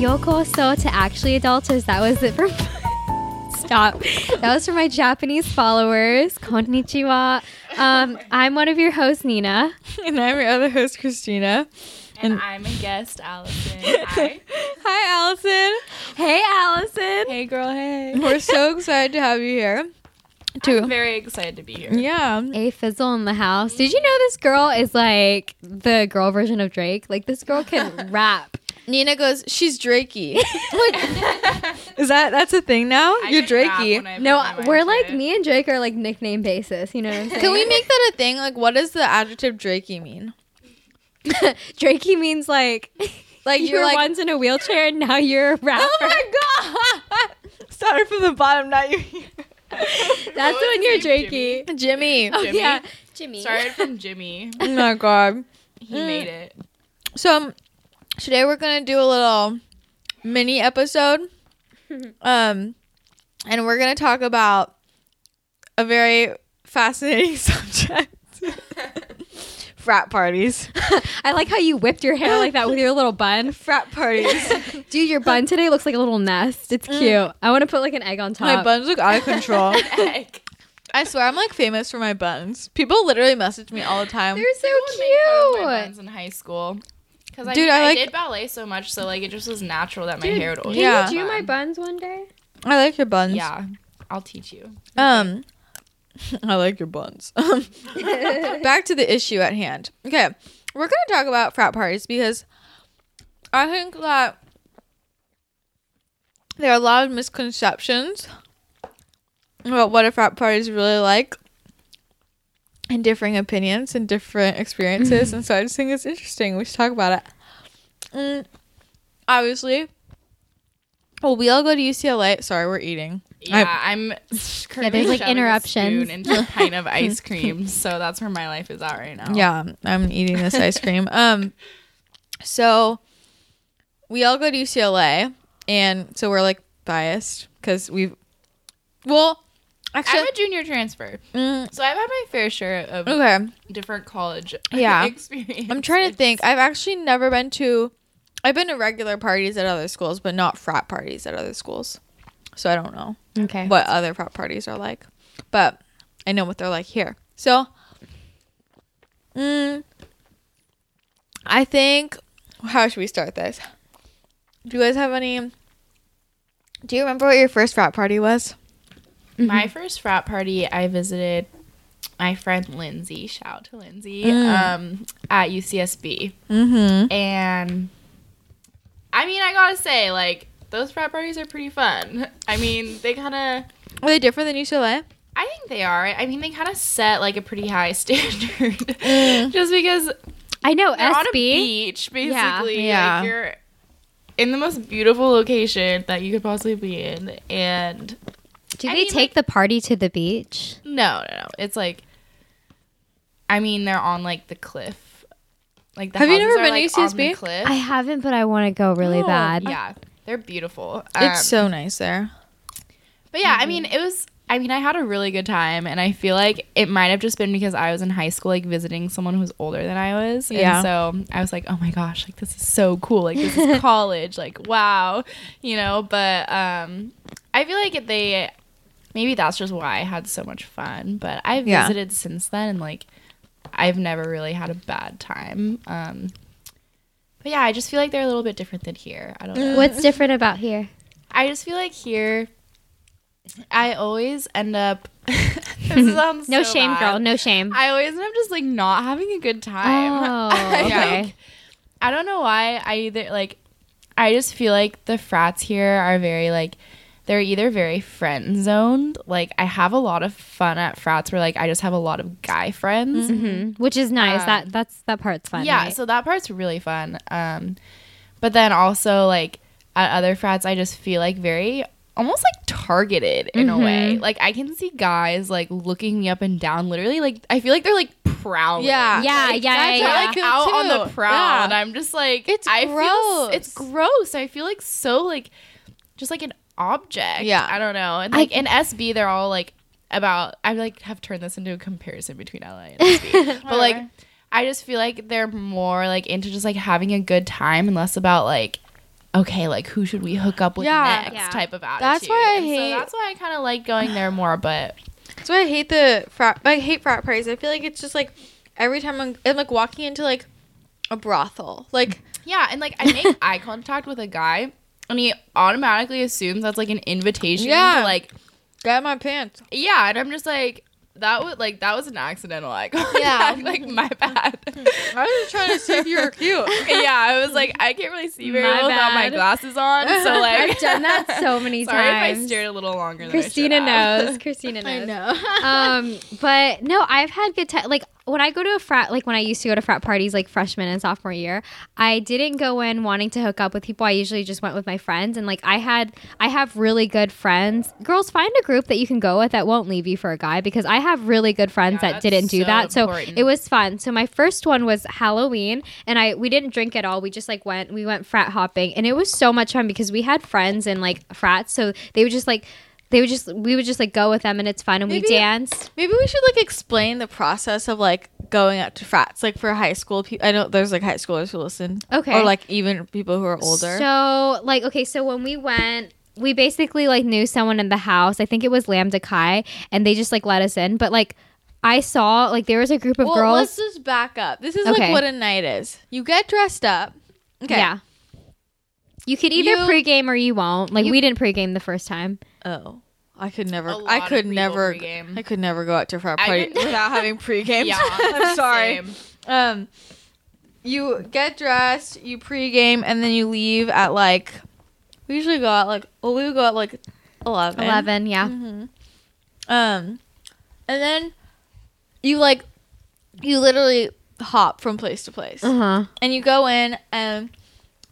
so close though to actually adulters. That was it for. Stop. That was for my Japanese followers. Konnichiwa. Um, I'm one of your hosts, Nina. And I'm your other host, Christina. And, I'm a guest, Allison. Hi. Hi, Allison. Hey, Allison. Hey, girl. Hey. We're so excited to have you here. Too. I'm very excited to be here. Yeah. A fizzle in the house. Did you know this girl is like the girl version of Drake? Like this girl can rap. Nina goes, she's Drakey. like, is that that's a thing now? I You're can rap when Drakey. I No, put my we're mind like to it. me and Drake are like nickname basis. You know what I'm saying? Can we make that a thing? Like, what does the adjective Drakey mean? Drakey means like Like, you were you're like, once in a wheelchair and now you're a rapper. oh my god! Started from the bottom, now you're here. That's What when was you're his name, Jimmy? Drakey. Jimmy. Oh Jimmy? yeah, Jimmy. Started from Jimmy. Oh my god. He Mm. made it. So um, today we're gonna do a little mini episode, um, and we're gonna talk about a very fascinating subject: frat parties. I like how you whipped your hair like that with your little bun. Frat parties. Dude, your bun today looks like a little nest. It's cute. I want to put like an egg on top. my buns look out of control. Egg. I swear, I'm like famous for my buns. People literally message me all the time. They're so Cute. My cute. buns in high school. Because I, Dude, I I, like- did ballet so much, so like it just was natural that my hair would always can Yeah. you do my fun. buns one day? I like your buns. Yeah. I'll teach you. Um, I like your buns. Back to the issue at hand. Okay, we're gonna talk about frat parties because I think that there are a lot of misconceptions about what a frat party is really like, and differing opinions and different experiences. and so I just think it's interesting. We should talk about it. Mm, obviously. Well, we all go to UCLA. Sorry, we're eating. Yeah, I, am there's, like, interruptions. into a pint of ice cream, so that's where my life is at right now. Yeah, I'm eating this ice cream. Um, so we all go to UCLA, and so we're like biased because we've, well, I'm actually, a junior transfer, mm, so I've had my fair share of okay. different college Yeah. experience. I'm trying to think. I've actually never been to, I've been to regular parties at other schools, but not frat parties at other schools. So I don't know Okay. what other frat parties are like, but I know what they're like here. So, mm, I think how should we start this? Do you guys have any? Do you remember what your first frat party was? Mm-hmm. My first frat party, I visited my friend Lindsay. Shout out to Lindsay Mm. um, at UCSB, Mm-hmm. and I mean, I gotta say, like those frat parties are pretty fun. I mean, they kind of. Were they different than UCLA? I think they are. I mean, they kind of set like a pretty high standard, Mm. just because I know they're on a SB. beach, Yeah. basically. Yeah. Like you're in the most beautiful location that you could possibly be in, and Do I they mean, take the party to the beach? no, no, no. It's like, I mean, they're on like the cliff. Like the Have you houses never are, been like, to on the UCSB? cliff. I haven't, but I want to go really No. bad. yeah, they're beautiful. Um, it's so nice there. But yeah, Mm-hmm. I mean, it was. I mean, I had a really good time, and I feel like it might have just been because I was in high school, like visiting someone who was older than I was. Yeah. And so I was like, oh my gosh, like this is so cool. Like this is college. Like wow, you know. But um, I feel like they. Maybe that's just why I had so much fun. But I've Yeah. visited since then, and like, I've never really had a bad time. Um, but yeah, I just feel like they're a little bit different than here. I don't know. What's different about here? I just feel like here, I always end up. this sounds No so shame, bad. girl. No shame. I always end up just like not having a good time. oh, Yeah. okay. I don't know why. I either like, I just feel like the frats here are very like, they're either very friend zoned. Like I have a lot of fun at frats where like I just have a lot of guy friends. Mhm. Which is nice. Mm-hmm. Um, that that's that part's fun. Yeah, right? so that part's really fun. Um, but then also like at other frats, I just feel like very almost like targeted in Mm-hmm. a way. Like I can see guys like looking me up and down. Literally, like I feel like they're like prowling. Yeah. yeah, Like, yeah, They're yeah, yeah. like oh, out on the prowl, Yeah. and I'm just like, It's I feel gross. s- it's gross. I feel like so like just like an object. Yeah. I don't know. And like in SB, they're all like about. I like have turned this into a comparison between LA and SB, but like I just feel like they're more like into just like having a good time and less about like okay, like who should we hook up with Yeah. next Yeah. type of attitude. That's why I And hate- So that's why I kind of like going there more, but That's why I hate the frat. I hate frat parties. I feel like it's just like every time I'm, I'm like walking into like a brothel. Like yeah, and like I make eye contact with a guy, and he automatically assumes that's like an invitation Yeah. to like get my pants. yeah, and I'm just like that was like that was an accidental eye contact. Yeah. like my bad. I was just trying to see if you were cute. yeah, I was like, I can't really see very My well without my bad. glasses on. So like, I've done that so many Sorry times. if I stared a little longer. Christina than I should knows. have. Christina knows. I know. um, but no, I've had good time. Like when I go to a frat, like when I used to go to frat parties, like freshman and sophomore year, I didn't go in wanting to hook up with people. I usually just went with my friends, and like I had, I have really good friends. Girls, find a group that you can go with that won't leave you for a guy, because I have really good friends that Yeah, that's didn't do so that. So important. it was fun. So my first one was Halloween, and I we didn't drink at all. We just like went, we went frat hopping, and it was so much fun because we had friends in like frats, so they would just like. They would just, we would just like go with them and it's fun and Maybe- we danced. Maybe we should like explain the process of like going out to frats, like for high school people. I know there's like high schoolers who listen. Okay. Or like even people who are older. So, like, okay, so when we went, we basically like knew someone in the house. I think it was Lambda Chi, and they just like let us in. But like, I saw like there was a group of well, girls. let's just back up. This is like Okay. what a night is. You get dressed up. Okay. Yeah. You could either You- pregame or you won't. Like You- we didn't pregame the first time. Oh. I could never. A I lot could of people never. pregame. I could never go out to a frat I party didn't- without having pregame. Yeah, I'm sorry. same. Um, you get dressed, you pregame, and then you leave at like. We usually go out like. Well, we would go out like eleven. Eleven, yeah. Mm-hmm. Um, and then you like, you literally hop from place to place, Uh huh. and you go in and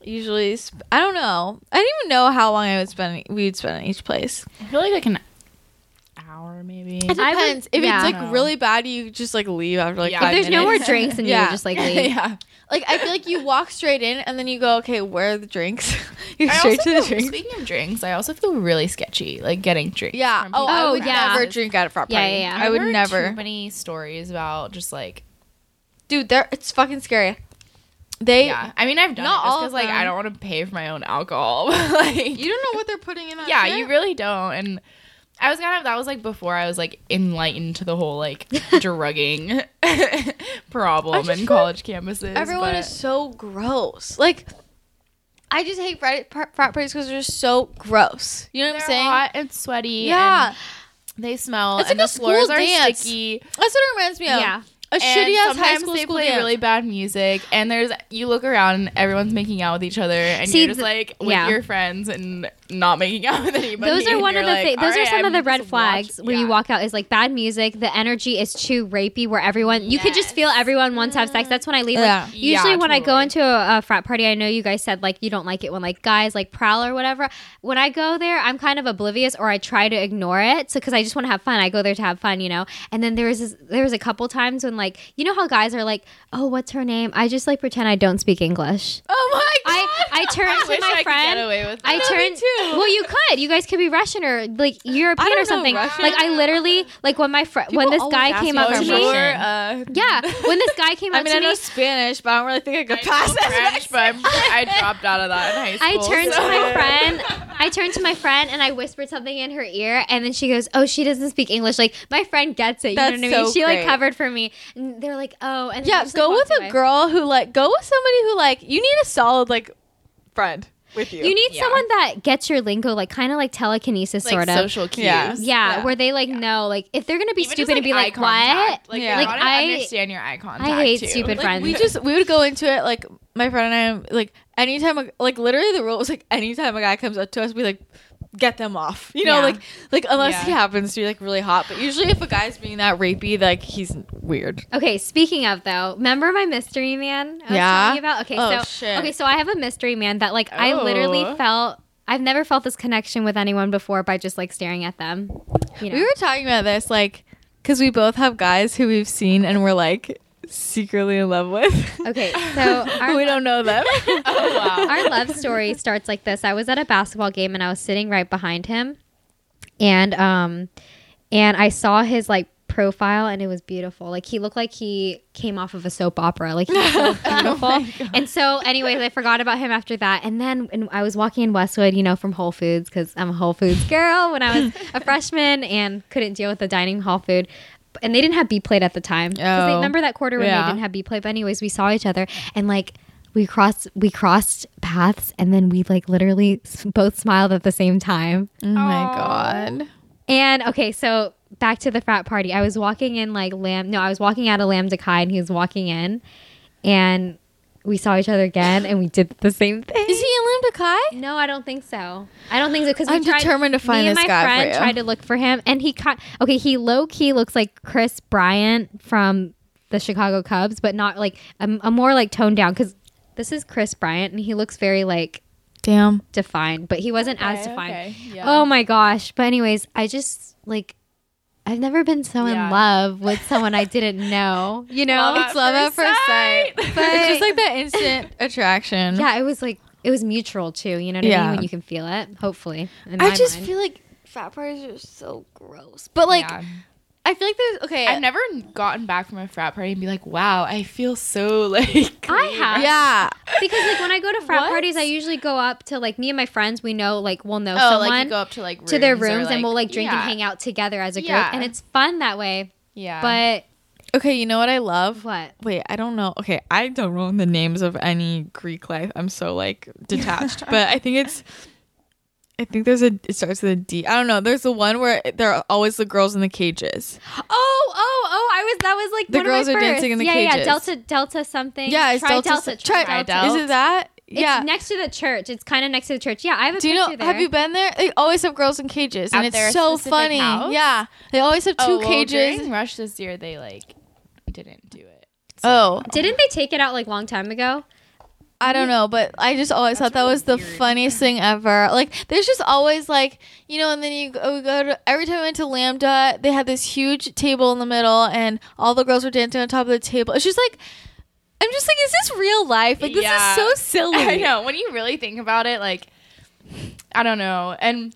usually sp- I don't know. I didn't even know how long I would spend. We'd spend in each place. I feel like like an hour maybe. It I would- Depends. if yeah. it's like really bad, you just like leave after like Yeah. five If there's no more minutes. drinks and you Yeah. would just like leave. yeah. Like I feel like you walk straight in and then you go, okay, where are the drinks? you go I straight also to the feel- drinks. Speaking of drinks, I also feel really sketchy like getting drinks. Yeah. from Oh, people I Oh, would yeah. never drink at a frat Yeah, party. yeah, yeah. I would I've heard never. Too many stories about just like Dude, there it's fucking scary. They yeah. I mean, I've done it Not just all of because like I them. don't want to pay for my own alcohol. like you don't know what they're putting in that yeah, shit. you really don't. And I was kind of that was like before I was like enlightened to the whole like drugging I problem just in feel college campuses. Everyone but- is so gross. Like I just hate frat, frat parties because they're so gross. You know what they're I'm saying? hot and sweaty. Yeah. and they smell. It's and like a the floors school are dance. sticky. That's what it reminds me of. Yeah. A and shitty ass high sometimes school they school play dance. really bad music, and there's you look around and everyone's making out with each other, and See, you're just th- like with yeah. your friends and not making out with anybody. Those are and one of you're the like, thi- those "All are right, some of I'm the just red watching-" flags where you Yeah. walk out is like bad music, the energy is too rapey where everyone you could just feel everyone wants to have sex. That's when I leave. Like, Yeah. Usually Yeah, when I go totally. into a, a frat party, I know you guys said like you don't like it when like guys like prowl or whatever. When I go there, I'm kind of oblivious or I try to ignore it. So cuz I just want to have fun. I go there to have fun, you know. And then there was this, there was a couple times when like you know how guys are like, "Oh, what's her name?" I just like pretend I don't speak English. Oh my god. I I turn I to wish I my could friend. get away with I that. turned. too. Well, you could. You guys could be Russian or like European don't know or something. Russian. Like I literally, like when my friend, when this always guy ask came me up if to I'm me, Russian. Sure, uh, yeah, when this guy came up I mean, to I know me, Spanish, but I don't really think I could pass I know that. French, but I'm- I dropped out of that in high I school. turned to so- my friend. I turned to my friend and I whispered something in her ear, and then she goes, "Oh, she doesn't speak English." Like my friend gets it. You That's know what I mean? so she like great. covered for me. And they're like, "Oh," and then I Yeah, just, like, go with walked a away. girl who like go with somebody who like you need a solid like friend with you. You need Yeah. someone that gets your lingo, like kind of like telekinesis, like sort of. social cues. Yeah. yeah, Yeah. where they like know, like if they're gonna be Even just, stupid and be eye like, "What?" contact. Like, Yeah. you Like, gotta I- understand your eye contact. hate too. stupid like we friends. just we would go into it like my friend and I like anytime a- like literally the rule was like anytime a guy comes up to us we like get them off you know Yeah. like like unless he Yeah. happens to be like really hot but usually if a guy's being that rapey like he's weird Okay, speaking of though, remember my mystery man? I was Yeah. telling you about. Okay, Oh, so shit. okay, so I have a mystery man that like I literally Oh. felt I've never felt this connection with anyone before by just like staring at them. You know. we were talking about this like because we both have guys who we've seen and we're like secretly in love with okay, so our, we don't know them Oh, wow. our love story starts like this. I was at a basketball game and I was sitting right behind him, and um, and I saw his like profile and it was beautiful. Like he looked like he came off of a soap opera. Like he was so beautiful. and so, anyways, I forgot about him after that. And then and I was walking in Westwood, you know, from Whole Foods because I'm a Whole Foods girl when I was a freshman and couldn't deal with the dining hall food. And they didn't have B plate at the time. 'Cause they Oh. remember that quarter when Yeah. they didn't have B plate. But anyways, we saw each other and like. We crossed we crossed paths and then we like literally s- both smiled at the same time. Oh my god. And okay, so back to the frat party. I was walking in like Lam. No, I was walking out of Lambda Chi, and he was walking in, and we saw each other again, and we did the same thing. Is he in Lambda Chi? No, I don't think so. I don't think so because I'm determined to find me and this my guy for friend you. tried to look for him, and he caught. Okay, he low key looks like Chris Bryant from the Chicago Cubs, but not like a, a more like toned down because this is Chris Bryant, and he looks very like Damn. defined, but he wasn't as defined. okay, yeah. Oh my gosh. But anyways, I just like I've never been so Yeah. in love with someone I didn't know. You know? Love It's love at first sight. it's just like that instant attraction. yeah, it was like it was mutual too, you know what I Yeah. mean? When you can feel it, hopefully. In I my just mind. feel like frat parties are so gross. But like Yeah. I feel like there's okay. I've never gotten back from a frat party and be like, wow, I feel so like. I have yeah. because like when I go to frat What? parties, I usually go up to like me and my friends. We know like we'll know Oh, someone like you go up to like to their or, rooms, and we'll like drink yeah, and hang out together as a group, Yeah. and it's fun that way. Yeah, But Okay, you know what I love? what? Wait, I don't know. Okay, I don't know the names of any Greek life. I'm so like detached, but I think it's. I think there's a. It starts with a D. I don't know. There's the one where there are always the girls in the cages. Oh, oh, oh! I was that was like The one of my girls are first. dancing in the yeah, yeah. cages. Delta, Delta something. Yeah, it's Tri Delta. Tri Tri Delta. Is it that? It's yeah. next to the church. It's kind of next to the church. Yeah, I have a Do you picture know? there. Have you been there? They always have girls in cages, and At their it's so specific funny. house? Yeah, they always have two oh, well, cages. during Rush this year, they like didn't do it. oh, Didn't they take it out like long time ago? I don't know, but I just always thought that really was the weird. funniest thing ever. Like, there's just always like, you know, and then you go, we go to every time I went to Lambda, they had this huge table in the middle, and all the girls were dancing on top of the table. It's just like, I'm just like, is this real life? Like, this Yeah. is so silly. I know. When you really think about it, like, I don't know. And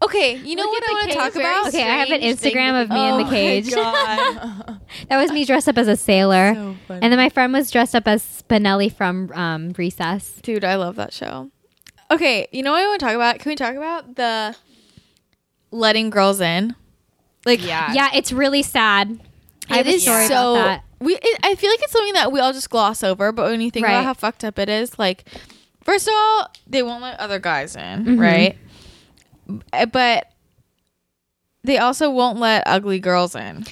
Okay, you know Look at what I the want to cage, talk very about? Oh Okay, I have an strange thing Instagram to of me in the think cage. God. That was me dressed up as a sailor, So funny. and then my friend was dressed up as Spinelli from um, Recess. Dude, I love that show. Okay, you know what I want to talk about? Can we talk about the letting girls in? Like, Yeah. Yeah, it's really sad. I have It a is story so. about that. We, it, I feel like it's something that we all just gloss over, but when you think Right. about how fucked up it is, like, first of all, they won't let other guys in, Mm-hmm. right? B- But they also won't let ugly girls in.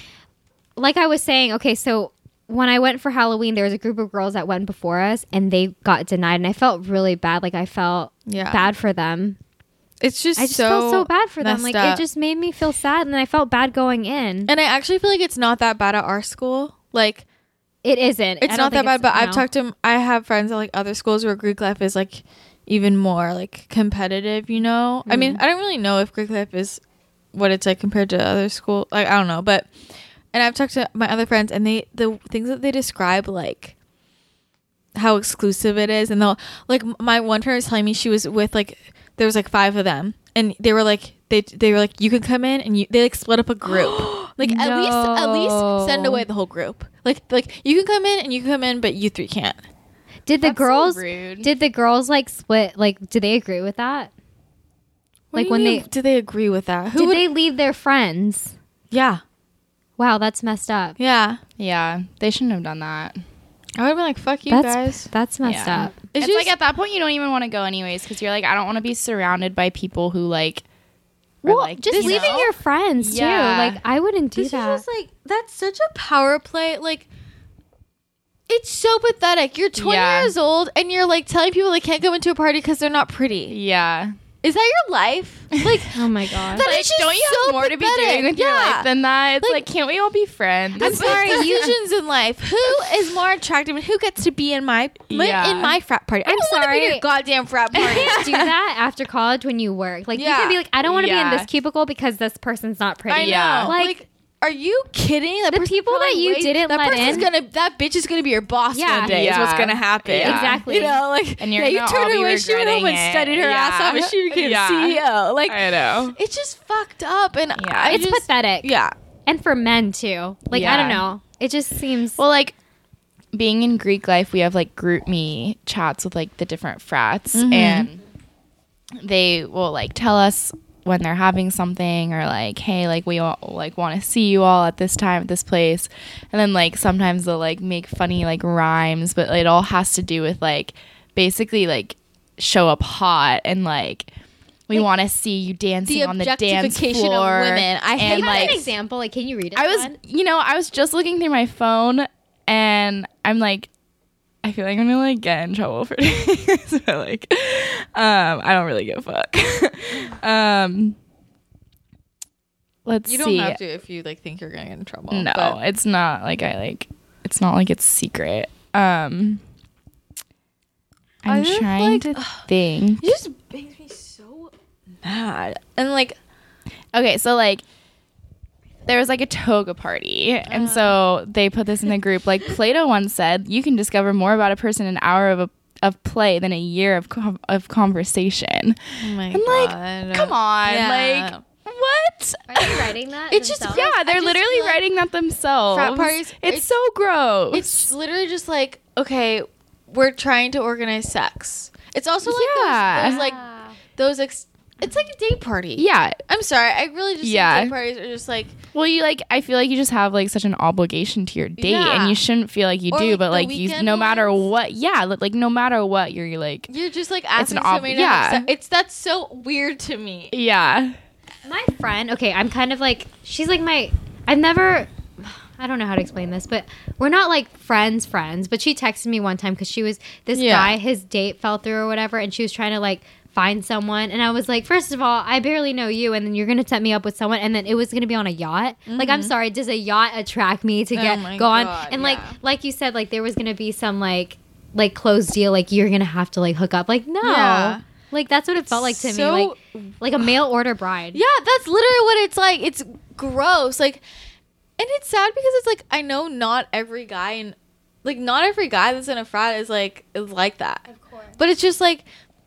like I was saying, okay, so when I went for Halloween, there was a group of girls that went before us and they got denied and I felt really bad. Like I felt Yeah. bad for them. It's just, I just so felt so bad for them. messed Like up. it just made me feel sad and then I felt bad going in. and I actually feel like it's not that bad at our school. Like, It isn't. it's I don't not that think bad, it's- but I've no. talked to, I have friends at like other schools where Greek life is like even more like competitive, you know? I mean, Mm. I don't really know if Greek life is what it's like compared to other school. Like, I don't know, but, and I've talked to my other friends and they, the things that they describe, like, how exclusive it is. And they'll, like, m- my one friend was telling me she was with like, there was like five of them and they were like, they, they were like, you can come in and you, they like split up a group. like at least, at least send No. away the whole group. Like like you can come in and you can come in, but you three can't. Did the That's so girls rude. did the girls like split like do they agree with that? Like, when they- do they agree with that? Who did would, they leave their friends? Yeah, Wow, that's messed up. yeah. yeah, they shouldn't have done that. I would have been like, fuck you that's guys. that's messed Yeah. up. It's It's, just- like at that point you don't even want to go anyways because you're like I don't want to be surrounded by people who like. are Well, like just this. leaving No. your friends Yeah. too. Like I wouldn't do This that. is just like that's such a power play. Like it's so pathetic. You're 20 Yeah. years old and you're like telling people they can't go into a party because they're not pretty. Yeah. Is that your life? Like oh my god. That is Like, just don't you have so more to be pathetic. doing with your Yeah. life than that? It's Like- like, can't we all be friends? I'm sorry. Decisions in life. Who is more attractive and who gets to be in my Yeah. in my frat party? I I'm don't want to be sorry. your goddamn frat party. can't do that after college when you work. Like you Yeah. can be like, I don't want to be Yeah. in this cubicle because this person's not pretty. I Yeah. know. Like, Like, are you kidding? That The person's people that probably you way- didn't that let person's in- Gonna, that bitch is gonna be your boss Yeah. one day. Is what's Yeah. gonna happen. Yeah. Exactly. You know, like And you're yeah, you gonna all turned her be away. She went home and regretting it. studied her ass Yeah. off, and she became Yeah. CEO. Like I know. it's just fucked up, and Yeah. I it's just, pathetic. Yeah, and for men too. Like I don't Yeah. know. It just seems Well, like being in Greek life, we have like group me chats with like the different frats, Mm-hmm. and they will like tell us when they're having something or like, hey, like we all, like want to see you all at this time at this place, and then like sometimes they'll like make funny like rhymes, but it all has to do with like basically like show up hot and like. We want to see you dancing on the dance objectification of floor. women. I hate Can and, you have like, an example. Like, can you read it? I was, Dawn? you know, I was just looking through my phone and I'm like, I feel like I'm gonna like get in trouble for doing this, but like, um, I don't really give a fuck. um, let's You don't see. have to if you like think you're gonna get in trouble. no, but- it's not like I like. It's not like it's secret. Um, I'm I just, trying like- to think. it just makes me so mad. And like, Okay, so like there was like a toga party, and Ah. so they put this in the group. Like Plato once said, you can discover more about a person in an hour of a of play than a year of com- of conversation. oh my I'm like, God. come on, Yeah. like what? Are they writing that? It's just- themselves? Yeah, they're just literally feel like writing that themselves. frat parties- It's, it's- so gross. It's literally just like, okay, we're trying to organize sex. It's also like Yeah. those, those like Ah. those ex- it's like a day party. yeah. I'm sorry. I really just Yeah. think day parties are just like Well, you like I feel like you just have like such an obligation to your date Yeah. and you shouldn't feel like you Or, do, like, but the like you weekend no matter ones. what, yeah, li- like no matter what, you're like you're just like asking an ob- somebody. to have yeah. sex. it's that's so weird to me. yeah. my friend okay i'm kind of like she's like my i've never i don't know how to explain this but we're not like friends friends but she texted me one time because she was this Yeah. guy his date fell through or whatever and she was trying to like find someone and i was like first of all i barely know you and then you're gonna set me up with someone and then it was gonna be on a yacht like i'm sorry does a yacht attract me to Mm-hmm. Oh get my go on God, and like yeah. like you said like there was gonna be some like like closed deal like you're gonna have to like hook up like no Yeah. like that's what it felt like to So- me like like a mail order bride Yeah, that's literally what it's like. It's gross. Like, and it's sad because it's like I know not every guy and like not every guy that's in a frat is like is like that. Of course. But it's just like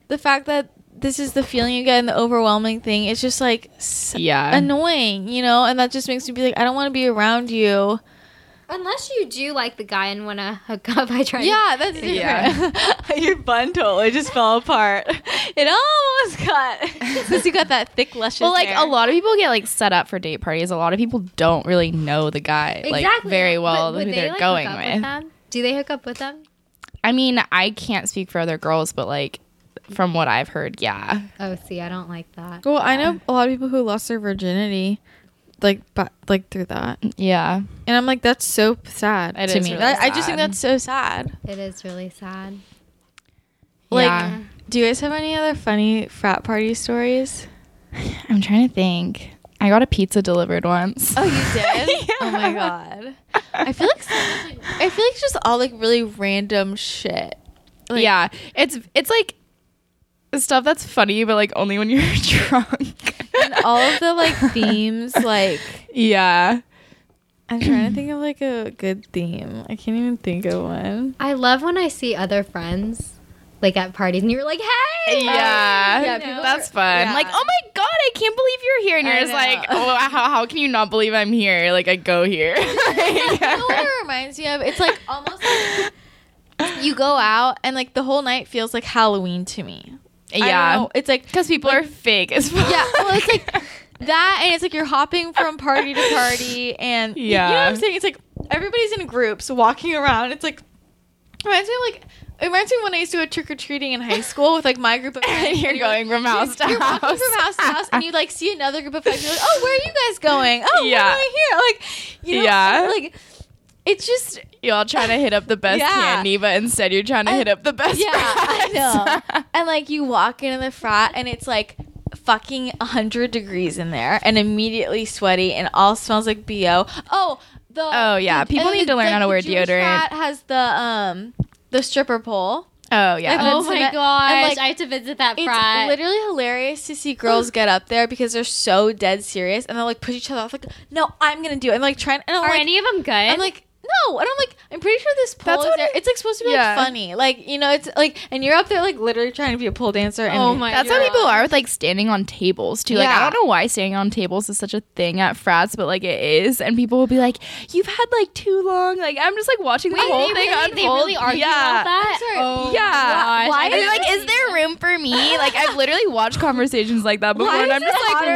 the fact that this is the feeling you get and the overwhelming thing. It's just like s- Yeah. annoying, you know. And that just makes me be like, I don't want to be around you. Unless you do like the guy and want to hook up by trying. Yeah, that's different. Yeah. Your bun totally just fell apart. It almost cut because you got that thick luscious. Well, like hair. a lot of people get like set up for date parties. A lot of people don't really know the guy like very well who they're going with. them? Do they hook up with them? I mean, I can't speak for other girls, but like from what I've heard, yeah, Oh, see, I don't like that. Well, I know a lot of people who lost their virginity, like, but like through that, yeah, and I'm like, that's so sad It to is me. really That- I just think sad. that's so sad. It is really sad. Like, yeah. do you guys have any other funny frat party stories? I'm trying to think. I got a pizza delivered once. Oh, you did? Oh my god. I feel like some- I feel like it's just all like really random shit. like- yeah, it's it's like stuff that's funny, but like only when you're drunk. And all of the like themes, like yeah, I'm trying to think of like a good theme. I can't even think of one. I love when I see other friends like at parties and you're like, hey. yeah, yeah, people that's are- fun. yeah. Like, oh my god, I can't believe you're here, and you're I just know. like, oh, how, how can you not believe I'm here? Like, I go here. You know what it reminds me of? It's like almost like you go out and like the whole night feels like Halloween to me. I don't yeah, know. It's like because people are fake as fuck. yeah, well it's like that and it's like you're hopping from party to party and y- you know Yeah. what I'm saying? It's like everybody's in groups walking around. It's like reminds me of like it reminds me of when I used to go trick or treating in high school with like my group of friends. and you're going from house to You're house. walking from house to house, and you like see another group of friends. You're like, "Oh, where are you guys going? Oh, yeah, Yeah. why am I here?" Like, you know, Yeah. like it's just Y'all trying to hit up the best Yeah. candy, but instead you're trying to hit up the best. Yeah, I brats. know. and like you walk into the frat and it's like fucking 100 degrees in there and immediately sweaty and all smells like bo oh the Oh, yeah. the- People and need the- to learn like, how to the wear Jewish deodorant. frat has the um the stripper pole oh yeah. Like, Oh Vincent- my and, gosh, like, I have to visit that it's frat. literally hilarious to see girls get up there because they're so dead serious and they'll like push each other off like no i'm gonna do it and like trying and i'm Are like any of them good? i'm like no no. And I'm like, I'm pretty sure this pole That's is what there. it- it's like supposed to be Yeah. like funny. Like, you know, it's like and you're up there like literally trying to be a pole dancer and Oh my That's God. how people are with like standing on tables too. Like Yeah. I don't know why standing on tables is such a thing at frats, but like it is, and people will be like, "You've had like too long." Like I'm just like watching the Wait, whole they thing really- unfold. they really argue yeah. about that? I'm sorry. Oh Yeah. my gosh. Why? I And never like, is there room for me? Like I've literally watched conversations like that before, Why and is I'm just it like, hotter?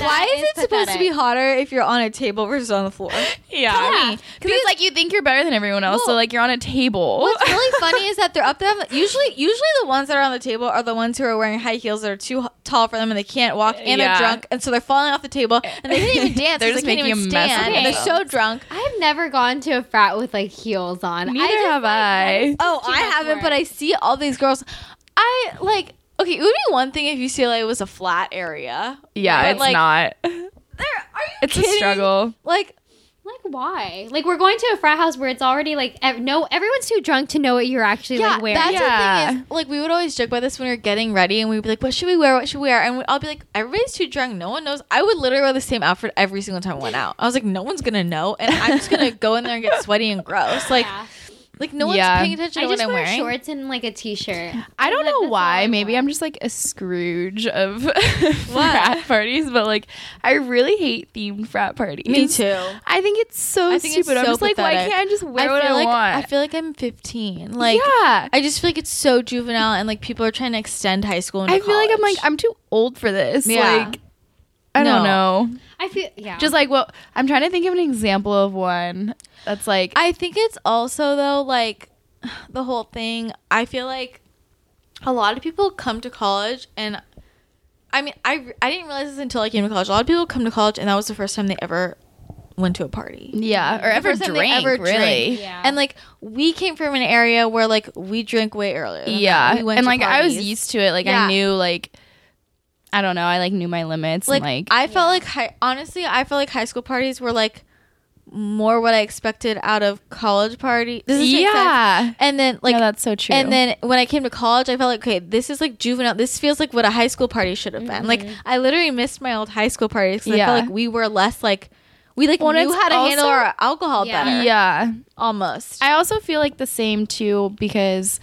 Why is, it supposed to be hard? hotter if you're on a table versus on the floor? Yeah. Tell me. Because it's like you think you're better than everyone else, so Well, like you're on a table. What's really funny is that they're up there. Usually, usually the ones that are on the table are the ones who are wearing high heels that are too h- tall for them and they can't walk and Yeah. they're drunk and so they're falling off the table and they didn't even dance. They're 'cause just they can't making even a mess of stand, and They're so themselves. drunk. I've never gone to a frat with like heels on. I Neither just, have like, I. Oh, too I much haven't, work. but I see all these girls. I like. Okay, it would be one thing if UCLA was a flat area. yeah, but, it's like, not. There, are you It's a kidding? struggle. Like, Like why? Like we're going to a frat house where it's already like ev- no everyone's too drunk to know what you're actually yeah, like wearing. that's Yeah. the thing is, like, we would always joke about this when we were getting ready, and we'd be like, "What should we wear? What should we wear?" And we, I'll be like, "Everybody's too drunk. No one knows." I would literally wear the same outfit every single time I went out. I was like, "No one's gonna know," and I'm just gonna go in there and get sweaty and gross. Like, Yeah. like no one's Yeah. paying attention I to what just I'm wear wearing. shorts and like a t-shirt. I Like, don't know that's all why. I Maybe want. I'm just like a Scrooge of frat parties, but like I really hate themed frat parties. Me too. I think it's so I think it's stupid. I'm so just like, why pathetic. can't I just wear I what feel I like want? I feel like I'm 15. Like, yeah. I just feel like it's so juvenile, and like people are trying to extend high school. Into I feel like I'm like college. I'm too old for this. Yeah. Like I don't know. I feel yeah. Just like well, I'm trying to think of an example of one that's like I think it's also though like the whole thing. I feel like a lot of people come to college and I mean I I didn't realize this until I came to college. A lot of people come to college and that was the first time they ever went to a party. yeah, or The ever first time they drink ever really. drank. Yeah. And like we came from an area where like we drank way earlier. than that. Yeah. We went and to like I was parties. used to it. Like I Yeah. knew like I don't know, I like knew my limits like, and like I felt like high, honestly I felt like high school parties were like more what I expected out of college party. Does this make sense? Yeah. And then like no, that's so true. And then when I came to college, I felt like, okay, this is like juvenile. This feels like what a high school party should have been. Like I literally missed my old high school parties because I Mm-hmm. Yeah. felt like we were less like we like Well, and knew it's how to handle also- our alcohol Yeah. better. yeah. Almost. I also feel like the same too because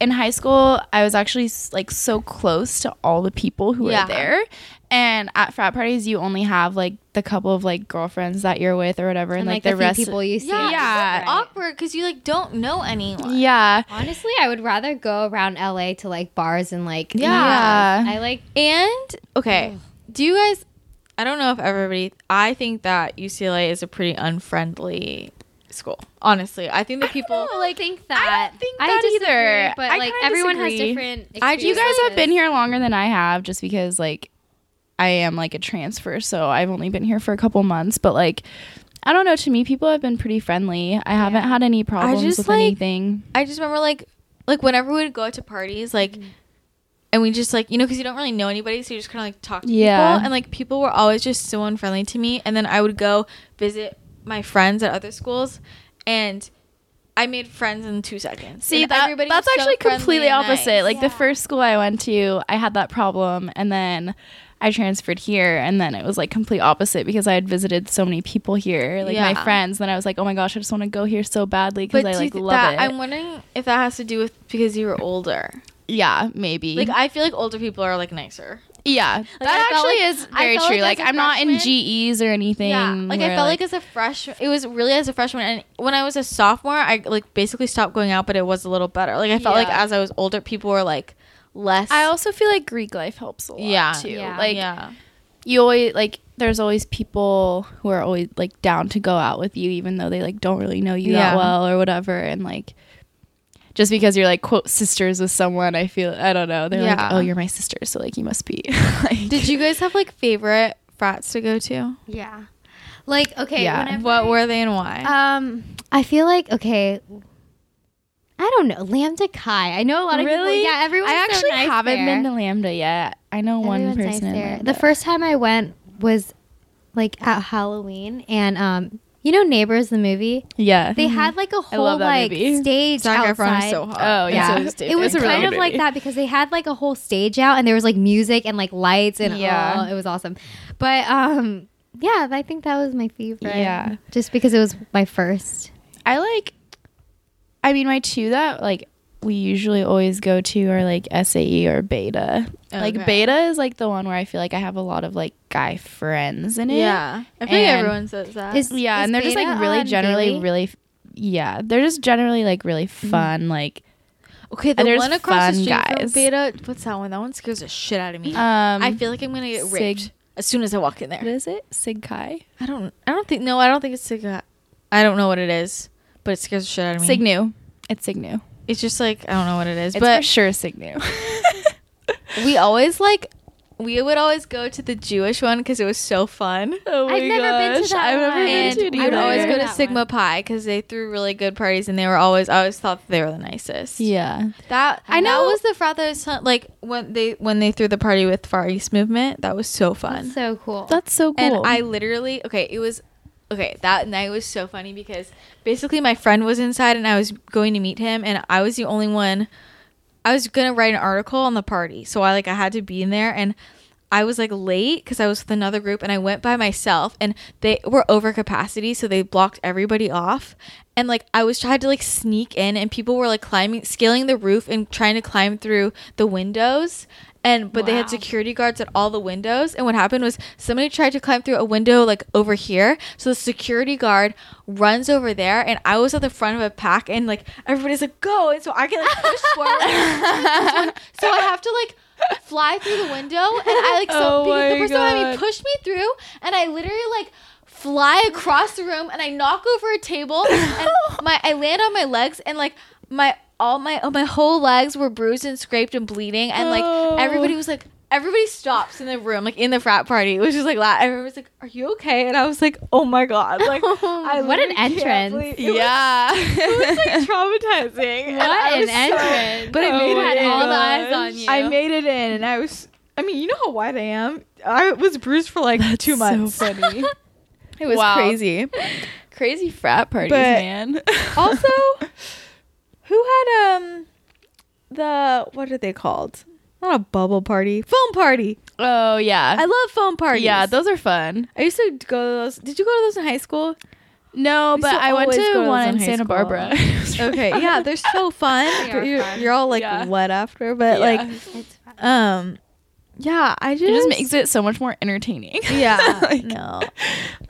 in high school I was actually s- like so close to all the people who Yeah. were there. And at frat parties you only have like the couple of like girlfriends that you're with or whatever and, and like, the, few rest people you see. yeah, Yeah. yeah. awkward because you like don't know anyone. Yeah. Honestly, I would rather go around LA to like bars and like Yeah. I like And okay, Mm. do you guys? I don't know if everybody. I think that UCLA is a pretty unfriendly school. Honestly, I think that people. people like think I that. don't think that disagree, either. But I like kinda everyone has disagree. different. I- Experiences. You guys have been here longer than I have just because like I am like a transfer, so I've only been here for a couple months, but like I don't know. To me, people have been pretty friendly. I haven't had any problems just, with like- anything. I just remember like like whenever we would go out to parties, like Mm-hmm. and we just like you know because you don't really know anybody, so you just kind of like talk to Yeah. people, and like people were always just so unfriendly to me. And then I would go visit my friends at other schools, and I made friends in two seconds. See, And that, everybody that's was so actually friendly completely and opposite. nice. Like the first school I went to, I had that problem, and then I transferred here, and then it was like complete opposite because I had visited so many people here, like my Yeah. friends. Then I was like, oh my gosh, I just want to go here so badly because but I do you like thi- love that, it. I'm wondering if that has to do with because you were older. yeah, maybe. Like I feel like older people are like nicer. yeah, that I felt actually like- is I very felt true. like Like, as a I'm not in freshman- GEs or anything. Yeah, like I where, felt like, as a freshman, it was really as a freshman, and when I was a sophomore, I like basically stopped going out, but it was a little better. Like I felt like Yeah. as I was older, people were like less. I also feel like Greek life helps a lot Yeah. too. Yeah. Like yeah, you always like there's always people who are always like down to go out with you even though they like don't really know you that Yeah. well or whatever and like just because you're like quote sisters with someone i feel i don't know they're Yeah. like oh you're my sister so like you must be like Did you guys have like favorite frats to go to? Yeah. Like okay. Yeah. whenever What I- were they and why? Um, I feel like okay. I don't know Lambda Chi. I know a lot of Really? people. Yeah, everyone. i actually so nice haven't there. been to lambda yet i know one Everyone's person in nice there. Lambda. The first time I went was like at Halloween, and um, you know Neighbors the movie. yeah Mhm. They had like a whole Mm-hmm. love that like movie. stage Zac Efron outside. is so hot. Oh, And yeah. so is David. It was It's a really kind good of like movie. that because they had like a whole stage out and there was like music and like lights and Yeah. all. It was awesome. But um yeah, but I think that was my favorite. Yeah. Just because it was my first. I like. I mean, my two that like we usually always go to are like SAE or Beta. Like Okay. Beta is like the one where I feel like I have a lot of like guy friends in it. Yeah, I feel like And- everyone says that. Is- yeah, is and they're just Beta like really on generally Gayly? really. f- Yeah, they're just generally like really Mm-hmm. fun. Like okay, and the there's one across the fun street guys. from Beta. What's that one? That one scares the shit out of me. um, I feel like I'm gonna get Sig- raped as soon as I walk in there. what is it? Sig Kai. I don't. I don't think. No, I don't think it's Sigma. I don't know what it is, but it scares the shit out of me. Signu. It's Signu. It's just like I don't know what it is, It's but for sure Signu. we always like. We would always go to the Jewish one because it was so fun. oh I've never been to that I've never one. been And to Dude, it we would either. always go to That Sigma one. Pi because they threw really good parties, and they were always. I always thought they were the nicest. Yeah. That I I know know- was the frat that was fun- like when they when they threw the party with Far East Movement. That was so fun. So cool. That's so cool. And I literally okay, it was okay, that night was so funny because basically my friend was inside and I was going to meet him and I was the only one I was gonna write an article on the party. So I like I had to be in there and I was like late because I was with another group and I went by myself and they were over capacity, so they blocked everybody off. And like I was tried to like sneak in and people were like climbing scaling the roof and trying to climb through the windows and but they had security guards at all the windows and what happened was somebody tried to climb through a window like over here so the security guard runs over there and i was at the front of a pack and like everybody's like go and so i get like pushed forward This one- so i have to like fly through the window and i like so Oh because my the person behind me God. pushed me through and i literally like fly across the room and i knock over a table and my i land on my legs and like my all my oh, my whole legs were bruised and scraped and bleeding and like Oh. everybody was like everybody stops in the room like in the frat party it was just like that everyone was like are you okay and i was like oh my god like I What an literally can't entrance. believe- it yeah. was, it was like traumatizing and I what an was so- entrance. but it made Oh, You it had in. all the eyes on you. I made it in, and I was. I mean, you know how wide I am. I was bruised for like two months. So funny. It was Wow. crazy. Crazy frat parties, But- man. Also, who had um the what are they called? Not a bubble party, foam party. oh yeah. I love foam parties. yeah, those are fun. I used to go to those. Did you go to those in high school? No, We but still I went always to go to one those in in high Santa school. Barbara. Okay, yeah, they're so fun. They but are you're, fun. you're all like Yeah. wet after, but like, It's fine. um, yeah, I just it just makes it so much more entertaining. Yeah, Like- no,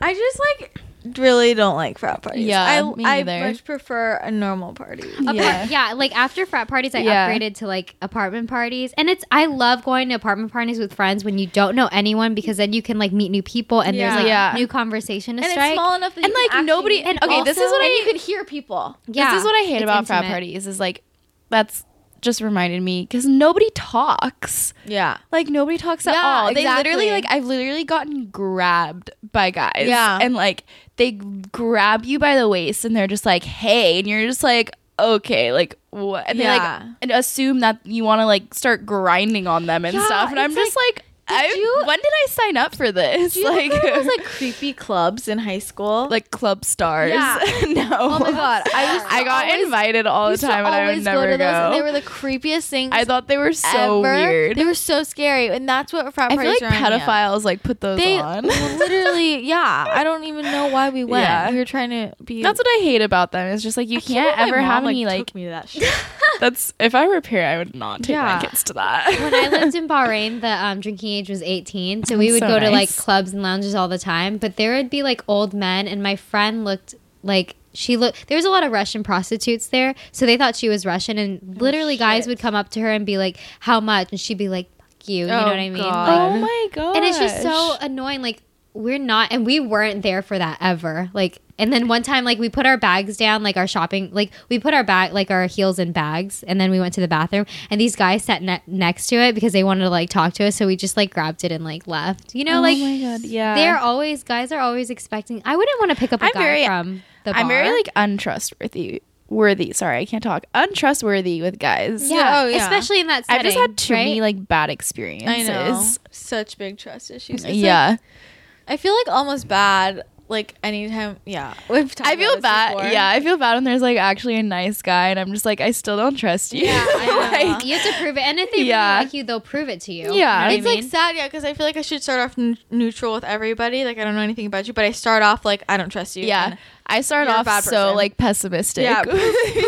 I just like really don't like frat parties. Yeah, I, me I neither. much prefer a normal party. Apart- Yeah. yeah. like after frat parties, I Yeah. upgraded to like apartment parties, and it's I love going to apartment parties with friends when you don't know anyone because then you can like meet new people and Yeah. there's like Yeah. new conversation to and strike. it's small enough that And, you can like, actually nobody- meet and, people. okay, this is what and I- you could hear people yeah, This is what I hate it's about frat intimate. parties is like that's just reminded me because nobody talks. Yeah, Like nobody talks at Yeah, all. They literally exactly. like I've literally gotten grabbed by guys. Yeah. And like they grab you by the waist and they're just like, hey, and you're just like, okay, like what and they Yeah. like and assume that you wanna like start grinding on them and Yeah, stuff. And I'm it's just like, I, you- when did I sign up for this? Like it was like creepy clubs in high school. like club stars. Yeah. no. oh my god i was I got invited all the time and I would never go. and they were the creepiest things I thought they were so ever. weird. They were so scary, and that's what frat I feel parties like remind me of. pedophiles like put those They on. literally, yeah. I don't even know why we went. Yeah. We were trying to be. That's what I hate about them. It's just like you can't ever have any like. me to that shit. That's if I were a parent, I would not take Yeah. my kids to that. when I lived in Bahrain, the um, drinking age was 18. So we That's would so go to like nice. clubs and lounges all the time. But there would be like old men, and my friend looked like she looked. There was a lot of Russian prostitutes there. So they thought she was Russian. Oh, And literally, guys would come up to her and be like, How much? And she'd be like, Fuck you. You know Oh, what I mean? God. Like, my god! and it's just so annoying. Like, we're not, and we weren't there for that ever. Like, and then one time, like, we put our bags down, like our shopping, like, we put our bag, like, our heels in bags, and then we went to the bathroom, and these guys sat ne- next to it because they wanted to, like, talk to us. So we just, like, grabbed it and, like, left. You know, like, Oh god! Yeah, they're always, guys are always expecting. I wouldn't want to pick up a I'm guy very- from the bar. I'm very like untrustworthy. Worthy. Sorry, I can't talk. Untrustworthy with guys. yeah, Oh, yeah. especially in that setting. I've just had too right? many like bad experiences. I know. Such big trust issues. It's like- yeah. I feel like almost bad like anytime. Yeah, we've talked I I feel feel about this bad. before. Yeah, I feel bad when there's like actually a nice guy, and I'm just like, I still don't trust you. Yeah, I know. Like, You have to prove it, and if they Yeah. really like you, they'll prove it to you. Yeah. You know it's what I like mean? sad, yeah, because I feel like I should start off n- neutral with everybody. Like I don't know anything about you, but I start off like I don't trust you. yeah. and- I started You're a off bad so person. like pessimistic. yeah. prove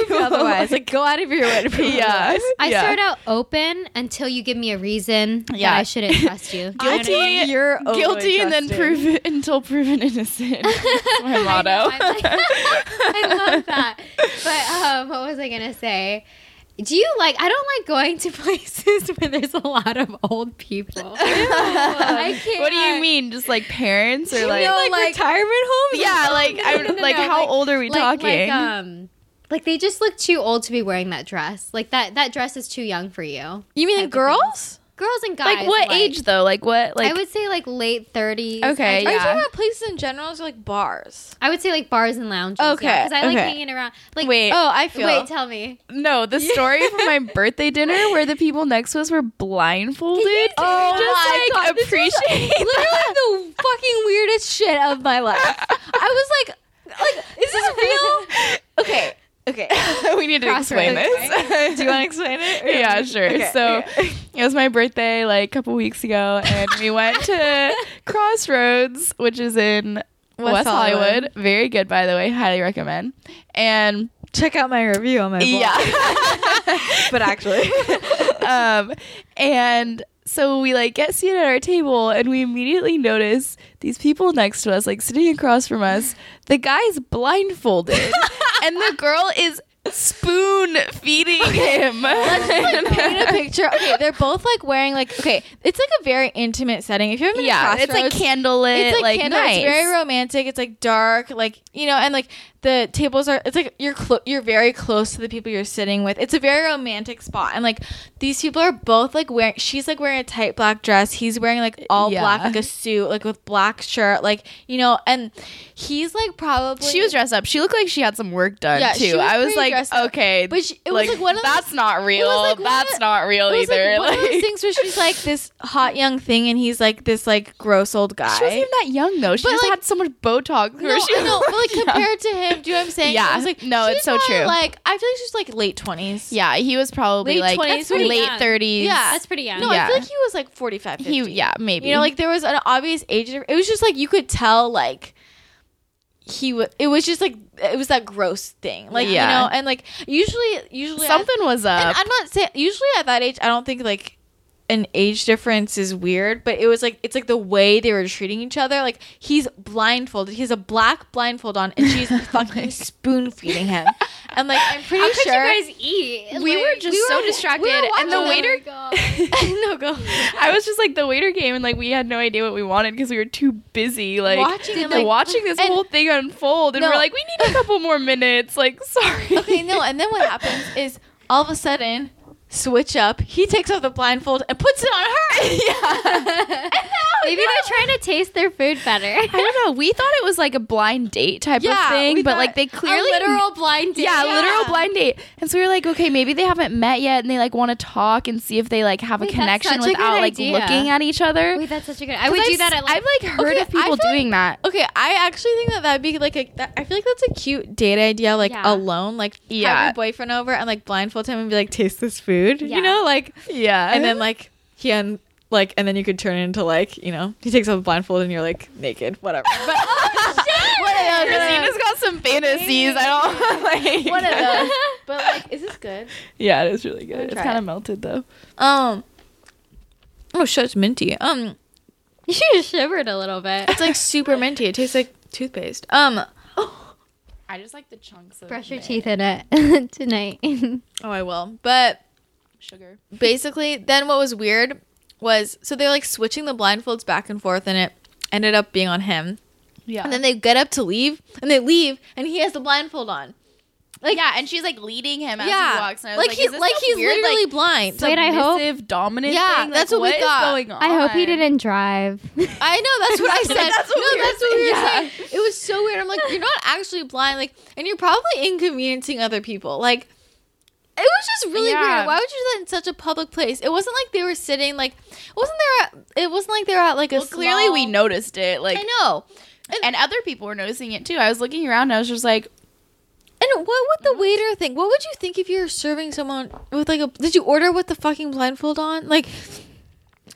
me otherwise, like go out of your way to prove. me yeah. otherwise. I yeah. start out open until you give me a reason Yeah. that I shouldn't trust you. Do you know what I Guilty. mean? You're Oh, guilty and then overtrusting. proven until proven innocent. That's my I know, motto. I'm like- I love that. But um, what was I gonna say? Do you like? I don't like going to places where there's a lot of old people. I can't. what do you mean? Just like parents or like, know, like- retirement homes? Yeah, like No, no, I'm no, like no, how like- old are we Like, talking? like um, like they just look too old to be wearing that dress. Like that that dress is too young for you. You mean Type of girls? Girls and guys. Like, what age though? Like what? Like I would say like late thirties. Okay, Are you yeah. talking about places in general, or like bars? I would say like bars and lounges. Okay, yeah, 'cause I like okay. hanging around. Like Wait. Oh, I feel. wait, tell me. No, the story from my birthday dinner where the people next to us were blindfolded. Oh my just God, like this appreciate. literally the fucking weirdest shit of my life. I was like, like, is this real? Okay, okay. we need to explain this. Do you want to explain it? yeah, sure. so it was my birthday like a couple weeks ago, and we went to Crossroads, which is in West, West Hollywood. Hollywood. Very good, by the way. Highly recommend. And check out my review on my blog. but actually, um, and so we like get seated at our table and we immediately notice these people next to us like sitting across from us the guy's blindfolded and the girl is spoon feeding him paint a picture. Okay, they're both like wearing like okay. It's like a very intimate setting. If you haven't been yeah to it's like Crossroads, candlelit it's like, like, candle. nice It's very romantic. It's like dark, like you know, and like the tables are. It's like you're clo- you're very close to the people you're sitting with. It's a very romantic spot, and like these people are both like wearing. She's like wearing a tight black dress. He's wearing like all Yeah. black, like a suit, like with black shirt, like you know, and he's like probably she was dressed up she looked like she had some work done Yeah, she too was I was pretty like dressed up. okay But she, it was like one of those that's not real like, one that's of- not real It was either like one of those Like, things where she's like this hot young thing, and he's like this like gross old guy. she wasn't even that young though she But, just like- had so much botox no, she no, but like Yeah. compared to him, do you know what I'm saying? Yeah. It was like, No, she's it's so probably, true. Like I feel like she's like late twenties. Yeah, he was probably Late like 20s, pretty late young. 30s. Yeah. That's pretty young. No, Yeah. I feel like he was like 45, 50. He yeah, maybe. You know, like there was an obvious age. dif- It was just like you could tell, like he was. It was just like it was that gross thing, like Yeah. you know, and like usually, usually at- something was and up. I'm not saying usually at that age, I don't think like an age difference is weird, but it was like it's like the way they were treating each other. Like he's blindfolded, he has a black blindfold on, and she's fucking spoon feeding him. And like I'm pretty How could sure. you guys eat? We were just so we distracted, and the watching waiter- them. Oh my God. no go I was just like the waiter came and like we had no idea what we wanted because we were too busy like Watching and, like- watching this and- whole thing unfold and No. we're like we need a couple more minutes like sorry. Okay, no. And then what happens is all of a sudden switch up. He takes off the blindfold and puts it on her. Maybe they're trying to taste their food better. I don't know. We thought it was like a blind date type Yeah, of thing, we but thought- like they clearly a literal blind date. yeah, Yeah. literal blind date. And so we were like, okay, maybe they haven't met yet and they like want to talk and see if they like have Wait, a that's connection such a good without like idea. looking at each other. Wait, that's such a good. I 'Cause would I've do that s- at like. I've like heard Okay, of I people feel doing that. Okay, I actually think that that'd be like a. That, I feel like that's a cute date idea, like Yeah. alone, like have Yeah. your boyfriend over and like blindfold him and be like, taste this food, Yeah. you know, like, Yeah. and then like he un- like, and then you could turn into like, you know, he takes off the blindfold and you're like naked, whatever. But oh, one of those, one of Christina's those, got some fantasies. I don't like. one of those. But like, is this good? Yeah, it is really good. It's try kind it. of melted though. Um. Oh shit, it's minty. Um, she just shivered a little bit. it's like super minty. It tastes like toothpaste. Um. I just like the chunks of Brush your teeth in it tonight. Oh, I will. But sugar. basically, then what was weird was so they're like switching the blindfolds back and forth, and it ended up being on him. Yeah. And then they get up to leave, and they leave, and he has the blindfold on. like yeah, and she's like leading him as yeah, he walks. And I was like, like, he, like he's literally blind. so- Wait, I hope- dominant. Yeah, thing? Like, that's what we is thought. going on? I hope he didn't drive. I know that's what I said. That's what no, we were that's what we were saying. saying. It was so weird. I'm like, you're not actually blind, like, and you're probably inconveniencing other people, like. It was just really Yeah. weird. Why would you do that in such a public place? It wasn't like they were sitting like, wasn't there? A, it wasn't like they were at like a Well, clearly we small- noticed it. Like I know. and other people were noticing it too. I was looking around. And I was just like, And what would the waiter think? What would you think if you were serving someone with like a? Did you order with the fucking blindfold on? Like,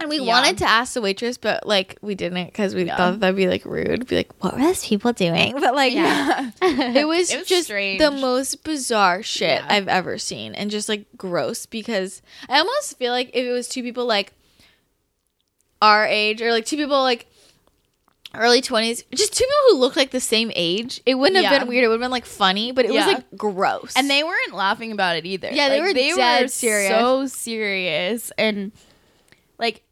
and we Yeah. wanted to ask the waitress, but like we didn't because we thought that'd be like rude. Be like, what were those people doing? But like, yeah, it was, It was just strange. the most bizarre shit Yeah. I've ever seen, and just like gross because I almost feel like if it was two people like our age or like two people like early 20s just two people who looked like the same age it wouldn't have Yeah. been weird it would have been like funny but it Yeah. was like gross and they weren't laughing about it either. Yeah, they were dead serious. so serious, and like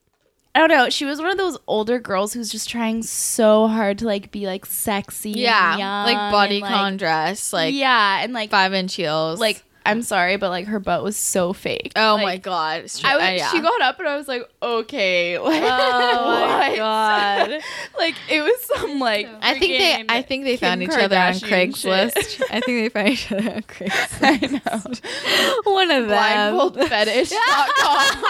I don't know. She was one of those older girls who's just trying so hard to like be like sexy, and yeah young like body and, con dress like yeah, and like five inch heels like I'm sorry, but like her butt was so fake. oh Like, my god Stra- I was, uh, yeah. Oh She got up and I was like, okay, like, my what? God. like it was some like. I think they I freaking- think they Kim found each other on Kardashian shit. Craigslist. I think they found each other on Craigslist. I know. One of Blindfoldfetish.com.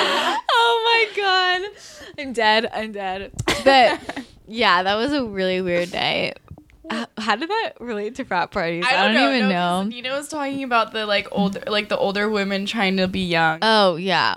oh my god. I'm dead. I'm dead. But yeah, that was a really weird day. H- How did that relate to frat parties? I don't, even know. Nina was talking about the like older, like the older women trying to be young. Oh yeah.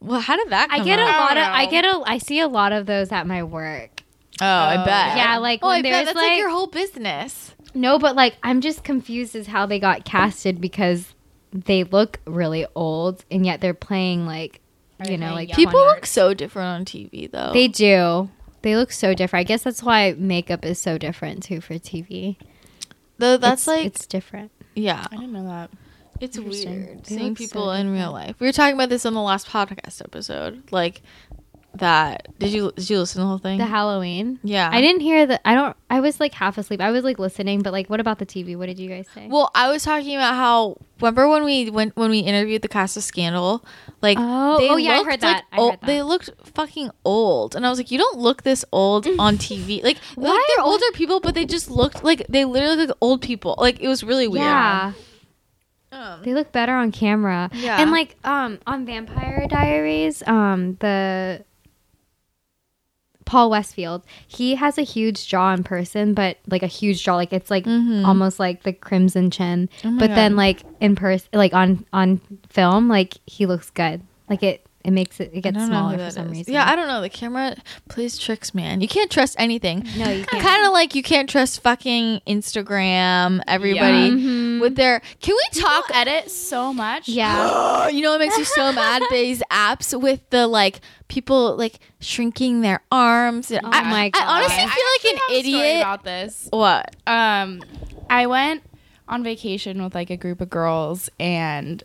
Well, how did that? Come I get a up? lot of don't I know. get a I see a lot of those at my work. Oh, I bet. Yeah, like Oh, when I bet there's that's like, like, your whole business. no, but like I'm just confused as how they got casted because they look really old and yet they're playing like Are you they know playing like young? People 20 look so different on TV though. They do. They look so different. I guess that's why makeup is so different too for TV. though that's It's- like it's different. yeah. I didn't know that. It's Interesting. weird They seeing look so people in real life. We were talking about this on the last podcast episode. Like that. Did you did you listen to the whole thing? The Halloween. yeah. I didn't hear the. I don't. I was like half asleep. I was like listening, but like, what about the TV? What did you guys say? Well, I was talking about how remember when we went when we interviewed the cast of Scandal, like Oh, oh, yeah, I heard that. like I heard old- They that. looked fucking old, and I was like, you don't look this old on TV. Like, like Why- they're older people, but they just looked like they literally look like old people. Like it was really weird. yeah, Um, they look better on camera. Yeah. and like um on Vampire Diaries, um the Paul Westfield, he has a huge jaw in person, but like a huge jaw, like it's like Mm-hmm. almost like the crimson chin. Oh but then like in person, like on on film, like he looks good. Like it it makes it it I gets don't know smaller who for that some is. reason. Yeah, I don't know. The camera plays tricks, man. You can't trust anything. no, you can't. Kind of like you can't trust fucking Instagram, Um, everybody Mm-hmm. with their. Can we talk? edit so much. yeah. you know what makes me so mad? These apps with the like people like shrinking their arms. And Oh I, my I honestly God. feel like an idiot. about this. what? Um, I went on vacation with like a group of girls, and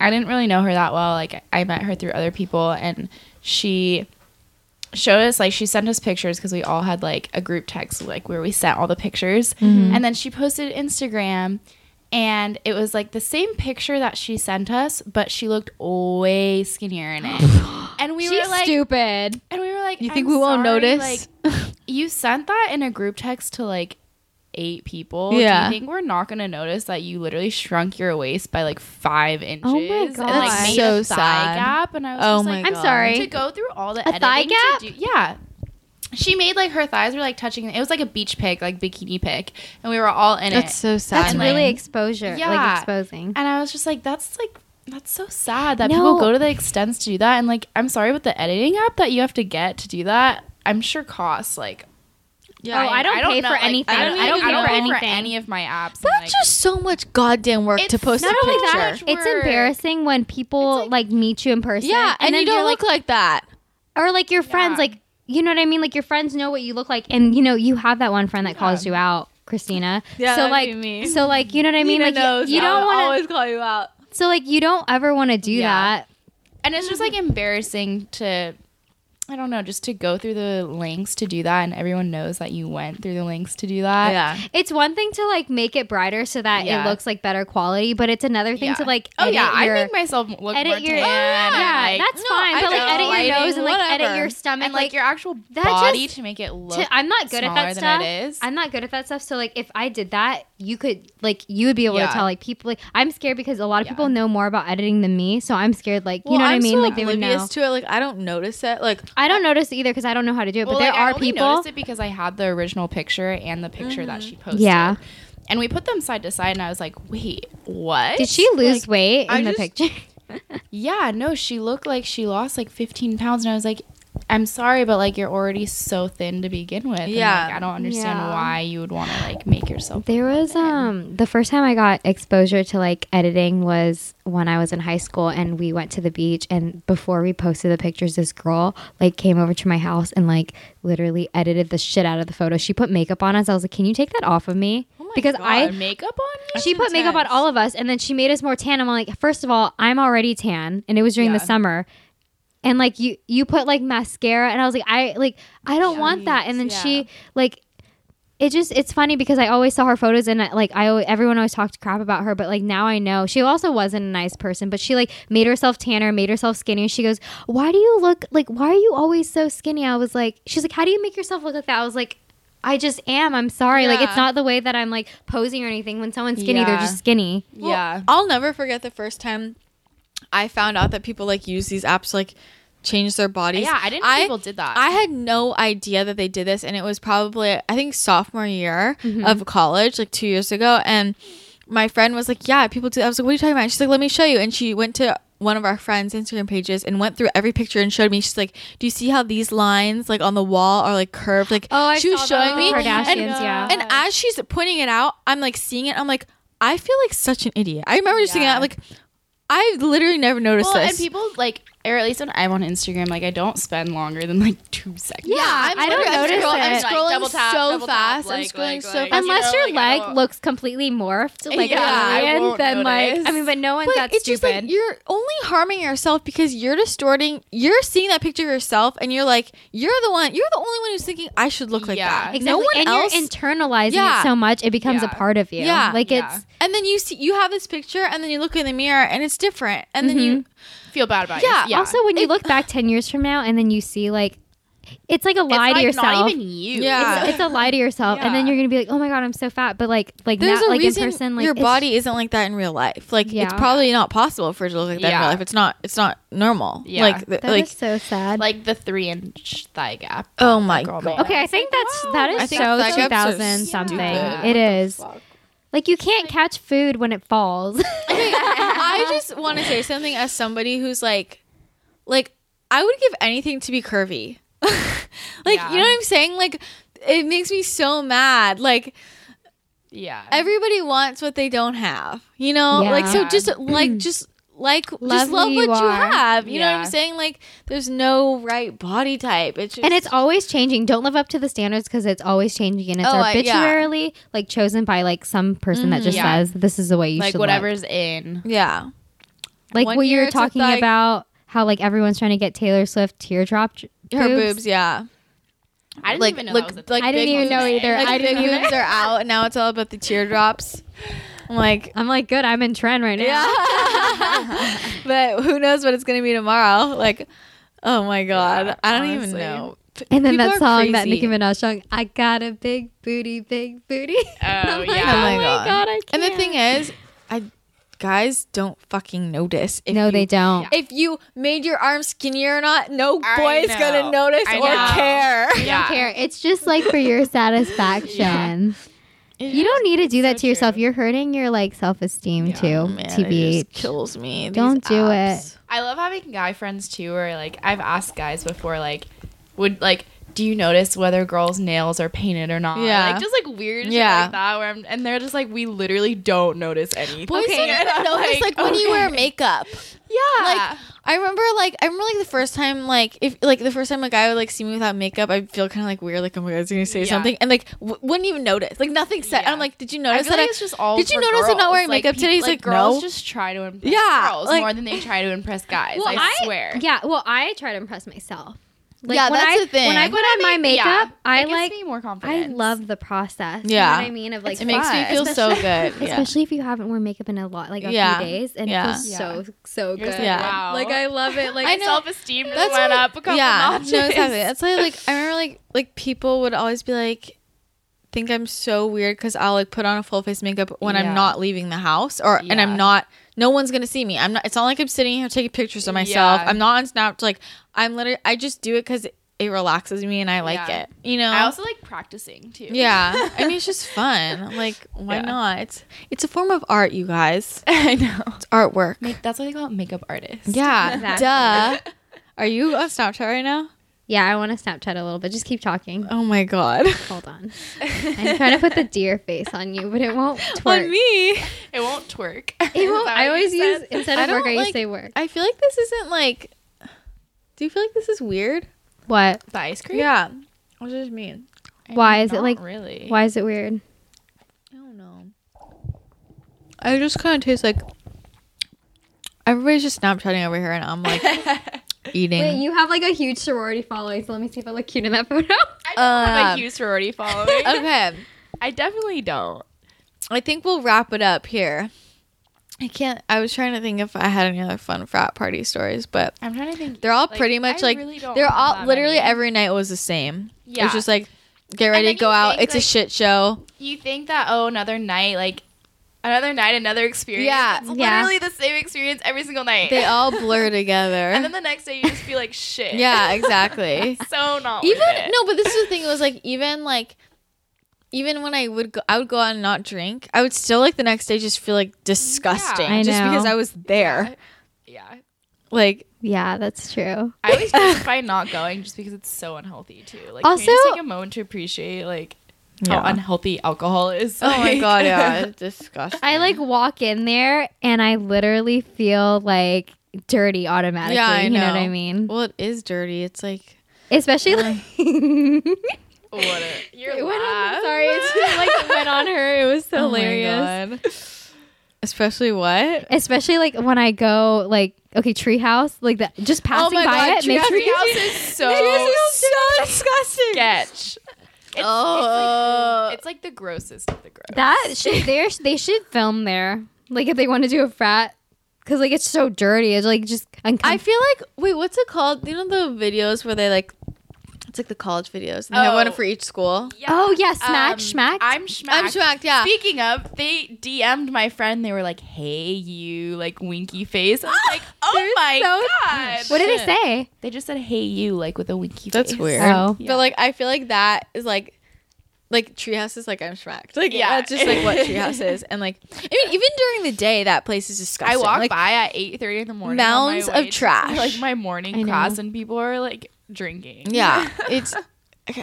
I didn't really know her that well. Like I met her through other people, and she showed us like she sent us pictures because we all had like a group text like where we sent all the pictures, and then she posted Instagram. And it was like the same picture that she sent us, but she looked way skinnier in it. And we She's were like, stupid. and we were like, You think "I'm we won't sorry," notice? Like, you sent that in a group text to like eight people. Yeah. Do you think we're not gonna notice that you literally shrunk your waist by like five inches? And, God. like, That's made Oh so a thigh sad. gap. And I was Oh just my like, God. I'm sorry. to go through all the A editing thigh to gap? do- yeah. She made like her thighs were like touching. It was like a beach pic, like bikini pic, and we were all in That's it. so sad. That's And, really like- exposure. Like Yeah. exposing. And I was just like, that's like that's so sad that No. people go to the extents to do that. And like, I'm sorry, but the editing app that you have to get to do that, I'm sure costs like. Oh, I don't pay know, for like, anything. I don't, even- I don't pay for anything. any of my apps. and, That's like, just so much goddamn work to It's post a Not only picture. that, picture. it's Work. embarrassing when people like, It's meet you in person. yeah, and, you then don't you're look like, that. or like your friends, Yeah. like you know what I mean. Like your friends know what you look like, and you know you have that one friend that calls you out, Christina. Yeah, so that'd like, be me. so like you know what I mean. like you- you, don't want to. call you out. so like you don't ever want to do Yeah. that. and it's just like embarrassing to. I don't know, just to go through the links to do that, and everyone knows that you went through the links to do that. Yeah. It's one thing to like make it brighter so that Yeah. it looks like better quality, but it's another thing Yeah. to like Oh edit yeah, your, I make myself look more edit your tan and, yeah, like, that's no, fine, I but like know, edit your lighting, nose and like edit whatever. your stomach, and like, your actual that body just- to make it look. to, I'm not good at that smaller stuff. than it is. I'm not good at that stuff. So like if I did that, you could like you would be able to Yeah. tell like people like I'm scared because a lot of Yeah. people know more about editing than me, so I'm scared like you know what I mean? So like they would know. oblivious to it. Like I don't notice it. Like I I don't notice either because I don't know how to do it. Well, but there like, I are only people. Mm-hmm. noticed it because I had the original picture and the picture that she posted. Yeah. And we put them side to side, and I was like, "Wait, what? Did she lose weight in I the just- picture? Yeah, no, she looked like she lost like 15 pounds, and I was like, "I'm sorry, but like you're already so thin to begin with. and, Yeah. like, I don't understand Yeah. why you would want to like make yourself. There was um the first time I got exposure to like editing was when I was in high school and we went to the beach and before we posted the pictures this girl like came over to my house and like literally edited the shit out of the photo. She put makeup on us. I was like, "Can you take that off of me?" Oh because I I makeup on you? she put makeup on intense. all of us and then she made us more tan. I'm like, "First of all, I'm already tan and it was during the Yeah. summer." And like you you put like mascara and I was like, "I like I don't want that." And then Jeez, yeah. she like it just it's funny because I always saw her photos and uh, like I always, everyone always talked crap about her, but like now I know she also wasn't a nice person, but she like made herself tanner, made herself skinnier. She goes, "Why do you look like? Why are you always so skinny?" I was like, "She's like, how do you make yourself look like that?" I was like. I just am. I'm sorry. Like it's Yeah. not the way that I'm like posing or anything. When someone's skinny, they're Yeah. just skinny. Well, yeah. I'll never forget the first time I found out that people like use these apps to, like change their bodies. Yeah, I didn't know people did that. I had no idea that they did this and it was probably I think sophomore year Mm-hmm. of college, like 2 years ago and my friend was like, "Yeah, people do." that." I was like, "What are you talking about?" She's like, "Let me show you." And she went to one of our friends' Instagram pages and went through every picture and showed me. She's like, "Do you see how these lines like on the wall are like curved?" Like Oh, I she was saw showing those. me The Kardashians, and, yeah. And as she's pointing it out, I'm like seeing it. I'm like, I feel like such an idiot. I remember just thinking, Yeah. I'm like, I literally never noticed Well, this. and people like, or at least when I'm on Instagram, like I don't spend longer than like two seconds. Yeah, I'm I don't literally- notice scroll- it. I'm Like, scrolling double tap, so double tap, fast. I'm like, scrolling like, so like. fast. Unless your you know, like, I leg don't- looks completely morphed, like Yeah, I an alien, won't then like I notice. mean, but no one's but that it's stupid. just like you're only harming yourself because you're distorting. You're seeing that picture of yourself, and you're like, you're the one. You're the only one who's thinking I should look like Yeah. that. Exactly. No one and else. you're internalizing Yeah. it so much, it becomes Yeah. a part of you. Yeah. Like Yeah. it's and then you see you have this picture, and then you look in the mirror, and it's different. And then Mm-hmm. you feel bad about Yeah, it. Yeah. also when you look back 10 years from now and then you see like it's like a it's lie to like, yourself. Not even you. Yeah. it's, it's a lie to yourself, and then Yeah. you're gonna be like, "Oh my god, I'm so fat," but like, like there's not a like reason in person, like your it's- body isn't like that in real life. Like Yeah. it's probably not possible for it to look like that in Yeah. real life. It's not. It's not normal. Yeah. Like th- That is like so sad. like the three inch thigh gap. oh my Girl, god. man. okay, I think that's that I is think thigh so gaps are 2000 stupid. something. Yeah. It is like you can't catch food when it falls. I just want to say something as somebody who's like, like I would give anything to be curvy. like Yeah. you know what I'm saying? Like it makes me so mad. Like Yeah. everybody wants what they don't have. You know? Yeah. Like so Yeah. just like just like Love just who love you what you are. have. You know what Yeah. I'm saying? Like there's no right body type. It's just and it's always changing. Don't live up to the standards because it's always changing, and it's Oh, I- yeah. Mm-hmm. arbitrarily like chosen by like some person that just Yeah. says this is the way you like should look. whatever's in. yeah. like One what you year were it's a talking thigh- about how like everyone's trying to get Taylor Swift teardrop j- Her boobs, yeah. I didn't Like even know look, that was a like I didn't big even know boobs. either. Like I big didn't either. boobs are out. and Now it's all about the teardrops. I'm like, I'm like, good, I'm in trend right now. yeah. but who knows what it's gonna be tomorrow? Like, oh my god, Yeah, I don't even honestly. know. P- And then people that are song, that Nicki crazy. Minaj song, I got a big booty, big booty. Oh, I'm like, yeah. oh Oh my my God. god, I can't. And the thing is, I guys don't fucking notice. If no, you, they don't. If you made your arms skinnier or not, no I boy's know. gonna notice I or know. care. I don't care. It's just like for your satisfaction. You don't need to do that to yourself. You're hurting your like self esteem too. Oh, Man, it TBH. just kills me. these Don't do apps. I love having guy friends too, where like I've asked guys before, like, would like, do you notice whether girls' nails are painted or not? Yeah. like just like weird Yeah. shit like that. Where I'm, and they're just like, we literally don't notice anything. Boys Okay. don't even I'm notice, like, like, when you okay. wear makeup. yeah, like I remember like I remember like the first time like if like the first time a guy would like see me without makeup I'd feel kind of like weird like oh my god is he gonna say Yeah. something and like w- wouldn't even notice like nothing said and I'm Yeah. like did you I notice feel that like I- it's just all. did you for notice I'm not girls. wearing Like, makeup peop- today? He's like, like, girls no. just try to impress Yeah, girls like- more than they try to impress guys. I, swear. Yeah. Well, I try to impress myself. Like, Yeah, when that's I, the thing. When I put on my makeup, Yeah. I it gives like. me more I confidence. love the process. Yeah. You know what I mean? Of like, it makes me fun. feel so good yeah especially if you haven't worn makeup in a lot, like a Yeah. few days, and Yeah. it feels Yeah. so so You're good. just Yeah. like, wow. Like I love it. Like I I know. self esteem just That's went what- up a couple yeah notches. no exactly that's why like I remember like like people would always be like think I'm so weird because I'll like put on a full face makeup when Yeah. I'm not leaving the house or and I'm Yeah. not no one's gonna see me. I'm not it's not like I'm sitting here taking pictures of myself. Yeah. I'm not on Snap like I'm literally I just do it because it relaxes me and I like Yeah. it. You know? I also like practicing too. yeah. I mean it's just fun. Like, why Yeah. not? It's it's a form of art, you guys. I know. It's artwork. Like, that's why they call it makeup artists. yeah. Exactly. Duh. Are you on Snapchat right now? Yeah, I want to Snapchat a little bit. Just keep talking. Oh my god. Hold on. I'm trying to put the deer face on you, but it won't twerk. on me. It won't twerk. It won't. I always use instead I of work. don't I use like- say work. I feel like this isn't like. Do you feel like this is weird? What? the ice cream. Yeah. What does it mean? I Why mean, is it, not like- really? Why is it weird? I don't know. I just kind of taste like. Everybody's just Snapchatting over here, and I'm like eating. Wait, you have like a huge sorority following, so let me see if I look cute in that photo. I don't have Uh, a huge sorority following. okay, I definitely don't. I think we'll wrap it up here. I can't. I was trying to think if I had any other fun frat party stories, but I'm trying to think. they're all Like, pretty much I like really don't they're have all that literally many. every night was the same. Yeah, it Yeah. was just like get ready then to go you out. think, It's a like- shit show. You think that oh another night like another night another experience. Yeah. It's Yeah. literally the same experience every single night. They all blur together. and then the next day you just feel like shit. Yeah, exactly. so not even worth it. no, but this is the thing. It was like even like even when I would go, I would go out and not drink. I would still like the next day just feel like disgusting I just because know. I was there. Yeah. Like yeah, that's true. I always justify not going just because it's so unhealthy too. Like Also- can you just take a moment to appreciate like how Yeah. unhealthy alcohol is. oh my Like- god, yeah, it's disgusting. I like walk in there and I literally feel like dirty automatically. Yeah, I You know what know. I mean? well, it is dirty. It's like Especially like what a, It your went on- laugh. sorry, it's just, like it went on her. It was so hilarious. hilarious. Oh Especially what? Especially like when I go like okay, treehouse, like that just passing my by God, it makes Treehouse me Treehouse is This so is so disgusting. sketch. Oh, It's, Oh. it's, like, it's like the grossest of the gross. that should there they should film there. Like if they want to do a frat cuz like it's so dirty. It's like just I uncomfortable. feel like wait, what's it called? You know the videos where they like it's like the college videos. And They have Oh. one for each school. Oh, yeah, smack, Um, schmack. I'm schmacked. I'm smacked. Yeah. Speaking of, they DM'd my friend. They were like, "Hey, you," like winky face. I was like, "Oh my god!" What did they shit. say? They just said, "Hey, you," like with a winky That's face. weird. Oh. Yeah. But like I feel like that is like like treehouse is like I'm smacked. Like yeah, Yeah. that's just like what treehouse is. And like I mean even during the day that place I is disgusting. walk like, by at eight thirty in the morning. on my mounds way of to- trash. like my I know. morning class, and people are like drinking. Yeah, it's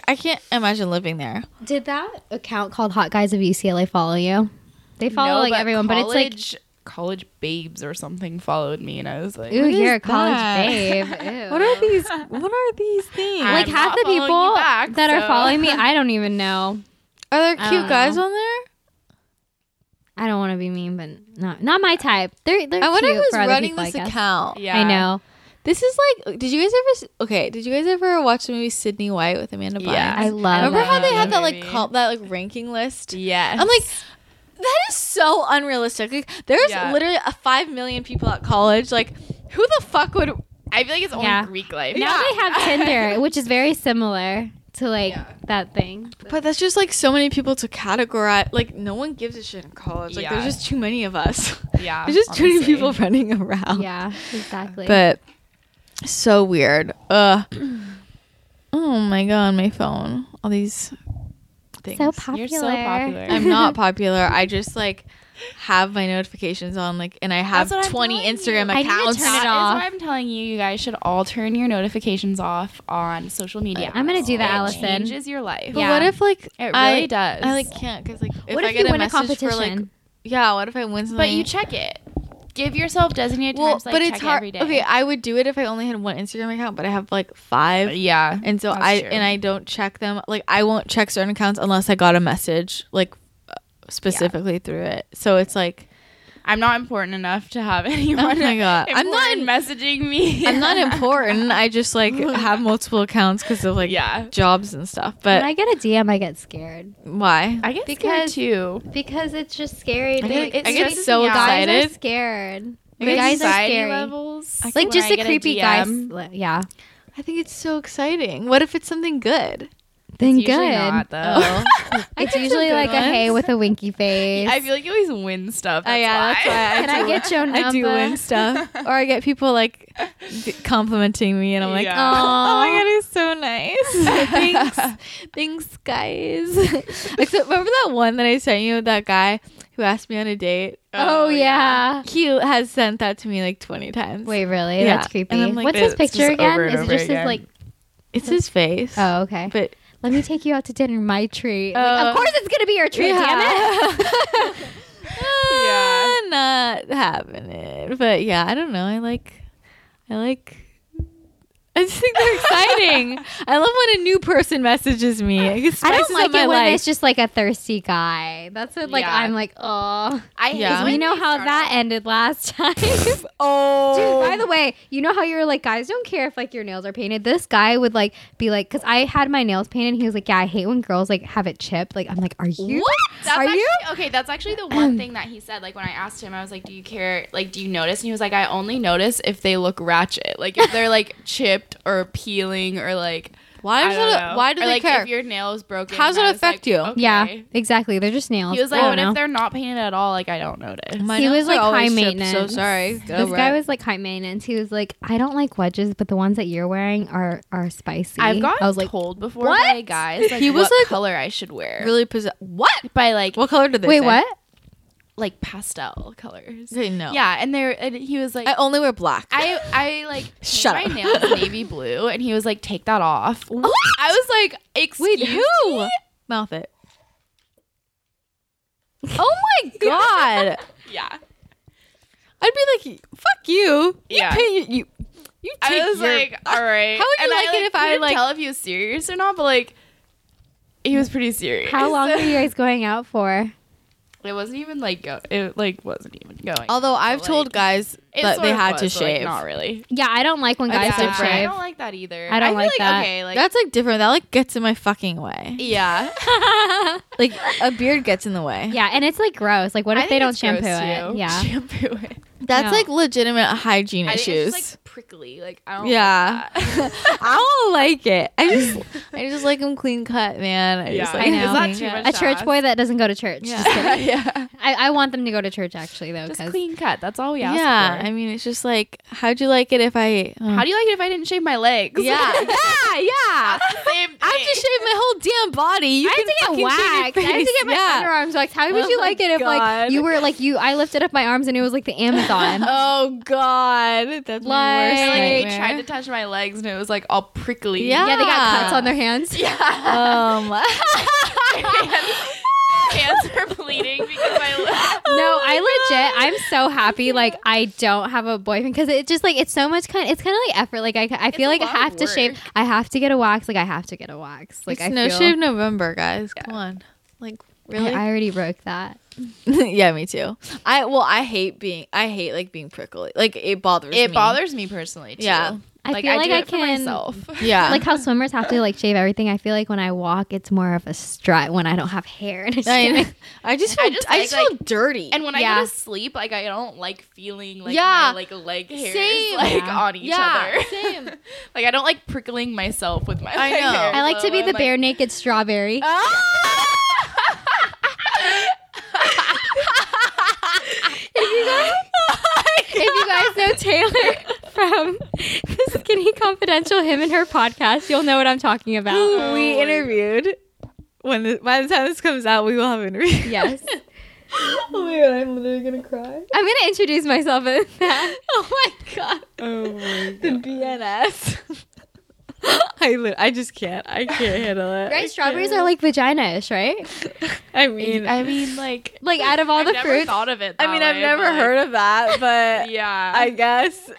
I can't imagine living there. Did that account called Hot Guys of UCLA follow you? They follow No, like everyone, but it's like college- college babes or something followed me, and I was like, Ooh, What you're is a college that? babe. Ew. What are these? What are these things? I'm like Like, half not the following you people back, that are so- following me, I don't even know. are there I cute don't guys know. on there? I don't want to be mean, but not not my type. They're they're I wonder cute who's for other running people, this I guess. account. "Yeah, I know. This is like, did you guys ever? s- Okay, did you guys ever watch the movie Sydney White with Amanda Bynes? Yeah, I love Remember how they love had that that like movie. cult, that like ranking list? Yes. I'm Um, like, that is so unrealistic. Like, there's Yeah. literally a five million people at college. Like, who the fuck would? I feel like it's only Yeah. Greek life. Now Yeah. they have Tinder, which is very similar to like Yeah. that thing. But that's just like so many people to categorize. Like, no one gives a shit in college. Like, Yeah. there's just too many of us. Yeah. There's just too many honestly. people running around. Yeah, exactly. But so weird. Ugh. oh my god, my phone. All these things. so popular. You're so popular. I'm not popular. I just like have my notifications on like and I have That's what I'm 20 telling Instagram you. I need to accounts. turn it That is off. what I'm telling you. You guys should all turn your notifications off on social media. I'm gonna do that, It Allison. Changes your life. Yeah. But what if like It really I, does. I like can't cuz like if what I if, get you a win a message competition? for like yeah, what if I win something? but you check it. Give yourself designated well, times. Like, but check it's it hard. every day. Okay, I would do it if I only had one Instagram account, but I have like 5. yeah. And so That's I true. and I don't check them. Like I won't check certain accounts unless I got a message like uh, specifically through it. So it's like I'm not important enough to have anyone. Oh my God. I'm not important messaging me. I'm not important. I just like have multiple accounts because of like Yeah. jobs and stuff. But when I get a DM, I get scared why? I get Because- because too. because it's just scary. get- Like, I it get stresses so me out. Guys are excited. scared. I You get guys are anxiety scary. Levels. Like when just I a get creepy guy. DM. Yeah. I think it's so exciting. What if it's something good? Then It's usually good. not, though. It's usually like a hey with a winky face. I feel like you always win stuff. That's Oh, yeah, why. that's why Can I get your number? I do win stuff, or I get people like d- complimenting me, and I'm like, Yeah. oh, my Aw. god, he's so nice. thanks, thanks, guys. Oh, Except remember that one that I sent you, that guy who asked me on a date. Oh, yeah. He has sent that to me like 20 times. Wait, really? Yeah. That's creepy. And I'm like, What's his it's just picture again? over and Is it over just his again. like? it's his face. Oh, okay. But Let me take you out to dinner. My treat. like, Oh. of course, it's gonna be your treat. Damn it. yeah. Uh, not happening. But yeah, I don't know. I like, I like. I just think they're exciting. I love when a new person messages me. It I spices don't like up it my when life. it's just like a thirsty guy. That's what like Yeah. I'm like, oh. I Yeah. hate We when know they how start that ended last time. Dude, oh, by the way, you know how you're like, guys don't care if like your nails are painted. This guy would like be like, because I had my nails painted. And he was like, yeah, I hate when girls like have it chipped. Like I'm like, are you? What? That's Are actually, you? Okay, that's actually the one thing that he said. Like when I asked him, I was like, "Do you care? Like, do you notice?" And he was like, "I only notice if they look ratchet. Like if they're like chipped or peeling or like why I does don't it- know. why do or, they like, care? If your nails broken, How does And it I was affect like, you? okay. Yeah, exactly. They're just nails. He was like, I "What don't know. if they're not painted at all? Like I don't notice." He nails was, are like, always high chipped, maintenance. So sorry. This guy was like high maintenance. He was like, I don't like wedges, but the ones that you're wearing are are spicy. I've gotten I was like, told before "What?" by guys like He was, what like, color I should wear. really possessed. What? by like What color did they? wait, say? what? like pastel colors. Okay, no. Yeah, and they were- and he was like I only wear black. I I like painted Shut my up. nails navy blue, and he was like, "Take that off." Oh, I was like, "Excuse Wait, who? me?" Mouth it. Oh my god! Yeah, I'd be like, fuck you. You Yeah. pay you. You, you I take was your- like, "All right." How would you And like it if I, couldn't like- tell if he was serious or not? But like, he was pretty serious. How long were you guys going out for? It wasn't even like go. It like wasn't even going. Although I've like, told guys It that sort they of had to was, but, like, shave. not really. Yeah, I don't like when guys That's don't different. I shave. don't like that either. I don't feel like that. Okay, like That's like different. That like gets in my fucking way. yeah. Like a beard gets in the way. Yeah, and it's like gross. Like, what I if they think don't it's shampoo gross, it? too. Yeah. shampoo it. That's No. like legitimate hygiene I think issues. it's just like prickly. Like I don't. Yeah. Like that. I don't like it. I just I just like them clean cut, man. I just Yeah. like I know. them Is that clean too cut. much? A church boy that doesn't go to church. Just kidding. yeah. I, I want them to go to church actually though, Just because clean cut. That's all we ask yeah, for. I mean it's just like how'd you like it if I oh, How do you like it if I didn't shave my legs? Yeah. yeah, yeah. That's the same thing. I have to shave my whole damn body. You I have can to get fucking waxed. I Shave your face. have to get my yeah. underarms waxed. How would Oh you my like it if like God. you were like you? I lifted up my arms and it was like the Amazon. Oh god, that's Like- my worst I, like, nightmare. tried to touch my legs and it was like all prickly. Yeah. yeah, they got cuts on their hands. Yeah. um, Hands are bleeding because my no, I legit, I'm so happy. Like I don't have a boyfriend because it just like it's so much kind. It's kind of like effort. Like I, I feel a like I lot of have to shave. work. I have to get a wax. Like I have to get a wax. Like it's I no feel, shave November, guys. Come on, like really? I, I already broke that. yeah, me too. I well, I hate being, I hate like being prickly. Like it bothers. It me. bothers me personally too. Yeah. I feel like do I it for can- myself. Yeah, Like how swimmers have to like shave everything. I feel like when I walk, it's more of a strut when I don't have hair. And it's I, just- I just feel, I just, just like- feel like- dirty. And when I Yeah. go to sleep, like I don't like feeling like my Yeah. like leg hairs Same. like Yeah. on each yeah, other. same. like, Like I don't like prickling myself with my I leg know. hairs. I like to be I'm "Ah!" the bare naked strawberry. if you guys know Taylor from the Skinny Confidential, him and her podcast, you'll know what I'm talking about. we interviewed. When the, by the time this comes out, we will have interviewed. Yes. oh my god, I'm literally gonna cry. I'm going to introduce myself as that. Oh my god. Oh my the BNS. I li- I just can't. I can't handle it. Right? Strawberries are like vagina-ish, right? I mean, I, I mean, like Like out of all I've the never fruits. thought of it. that mean, I've way, never but, heard of that, but Yeah. I guess.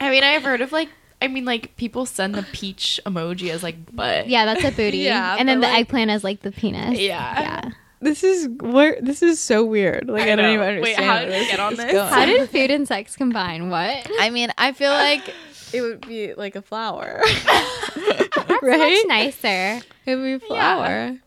I mean, I've heard of like. I mean, like people send the peach emoji as like butt. yeah, that's a booty. Yeah, and then the but, like- eggplant is like the penis. Yeah. Yeah. this is where this is so weird. Like I, don't know. even Wait, understand. how where did we get on is this? going. How did food and sex combine? What? I mean, I feel like it would be like a flower, That's much right? nicer. It'd be a flower.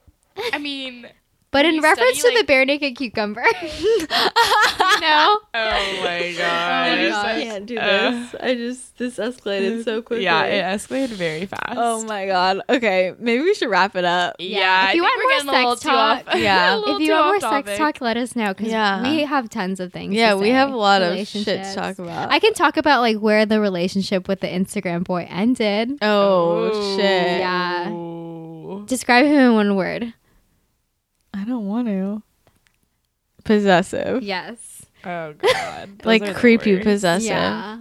I mean, But in you reference study, to the bare naked cucumber, you know, Oh Oh my god. my gosh. I can't do this. I just this escalated so quickly. Uh, Yeah, it escalated very fast. Oh my god. Okay, maybe we should wrap it up. Yeah, if I you think want we're more getting a little sex too off- talk- a Yeah. little if you too want more off sex topic. talk, let us know because Yeah. we have tons of things. Yeah, to we say. have a lot of shit Relationships. to talk about. I can talk about like where the relationship with the Instagram boy ended. oh Ooh. shit. Yeah. Ooh. Describe him in one word. I don't want to. Possessive. Yes. Oh god. Those are like the creepy worst. possessive. Yeah.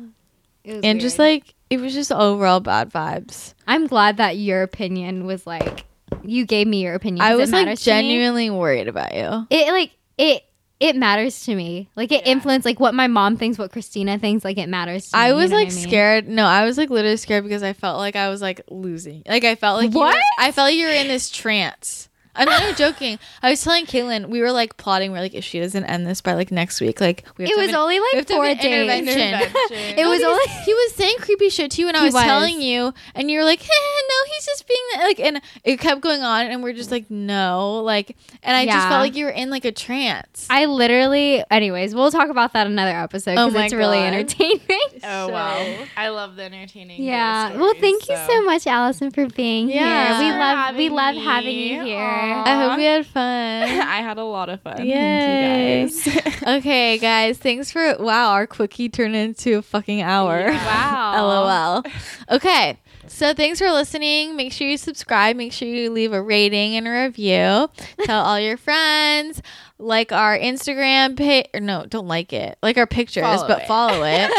It was And just weird. like it was just overall bad vibes. I'm glad that your opinion was like you gave me your opinion. 'cause I it was like matters to me. genuinely worried about you. It like it it matters to me. Like it influenced like what my mom thinks, what Christina thinks. Like it matters. to me, I you was know what like mean? scared. No, I was like literally scared because I felt like I was like losing. Like I felt like you What? were- I felt like you were in this trance. I'm not even joking. I was telling Caitlin we were like plotting. We're like, if she doesn't end this by like next week, like we have It to was have an- only we like have to have four an days. intervention. It No, was because only he was saying creepy shit to you, and I He was, was. telling you, and you were like, no, he's just being like, and it kept going on, and we're just like, no, like, and I just Yeah. felt like you were in like a trance. I literally, anyways, we'll talk about that another episode Oh because my it's really God. entertaining. Oh wow. I love the entertaining. yeah. ghost well, stories, thank you so much, Allison, for being Yeah. here. Thanks We for love, we love having me. having you here. Aw. I hope we had fun. I had a lot of fun. Yay. Thank you guys. okay, guys, thanks for wow, our quickie turned into a fucking hour. Wow. LOL. Okay. So thanks for listening. Make sure you subscribe. Make sure you leave a rating and a review. Tell all your friends. Like our Instagram page. No, don't like it. Like our pictures, Follow but it. follow it.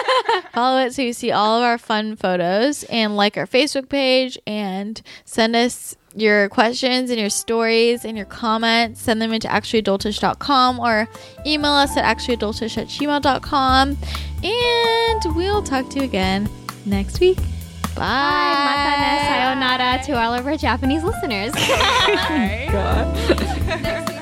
follow it so you see all of our fun photos and like our Facebook page and send us your questions and your stories and your comments. Send them into actuallyadultish.com or email us at actuallyadultish at gmail.com. And we'll talk to you again next week. Bye. Bye. Matane sayonara to all of our Japanese listeners. Bye. Next week.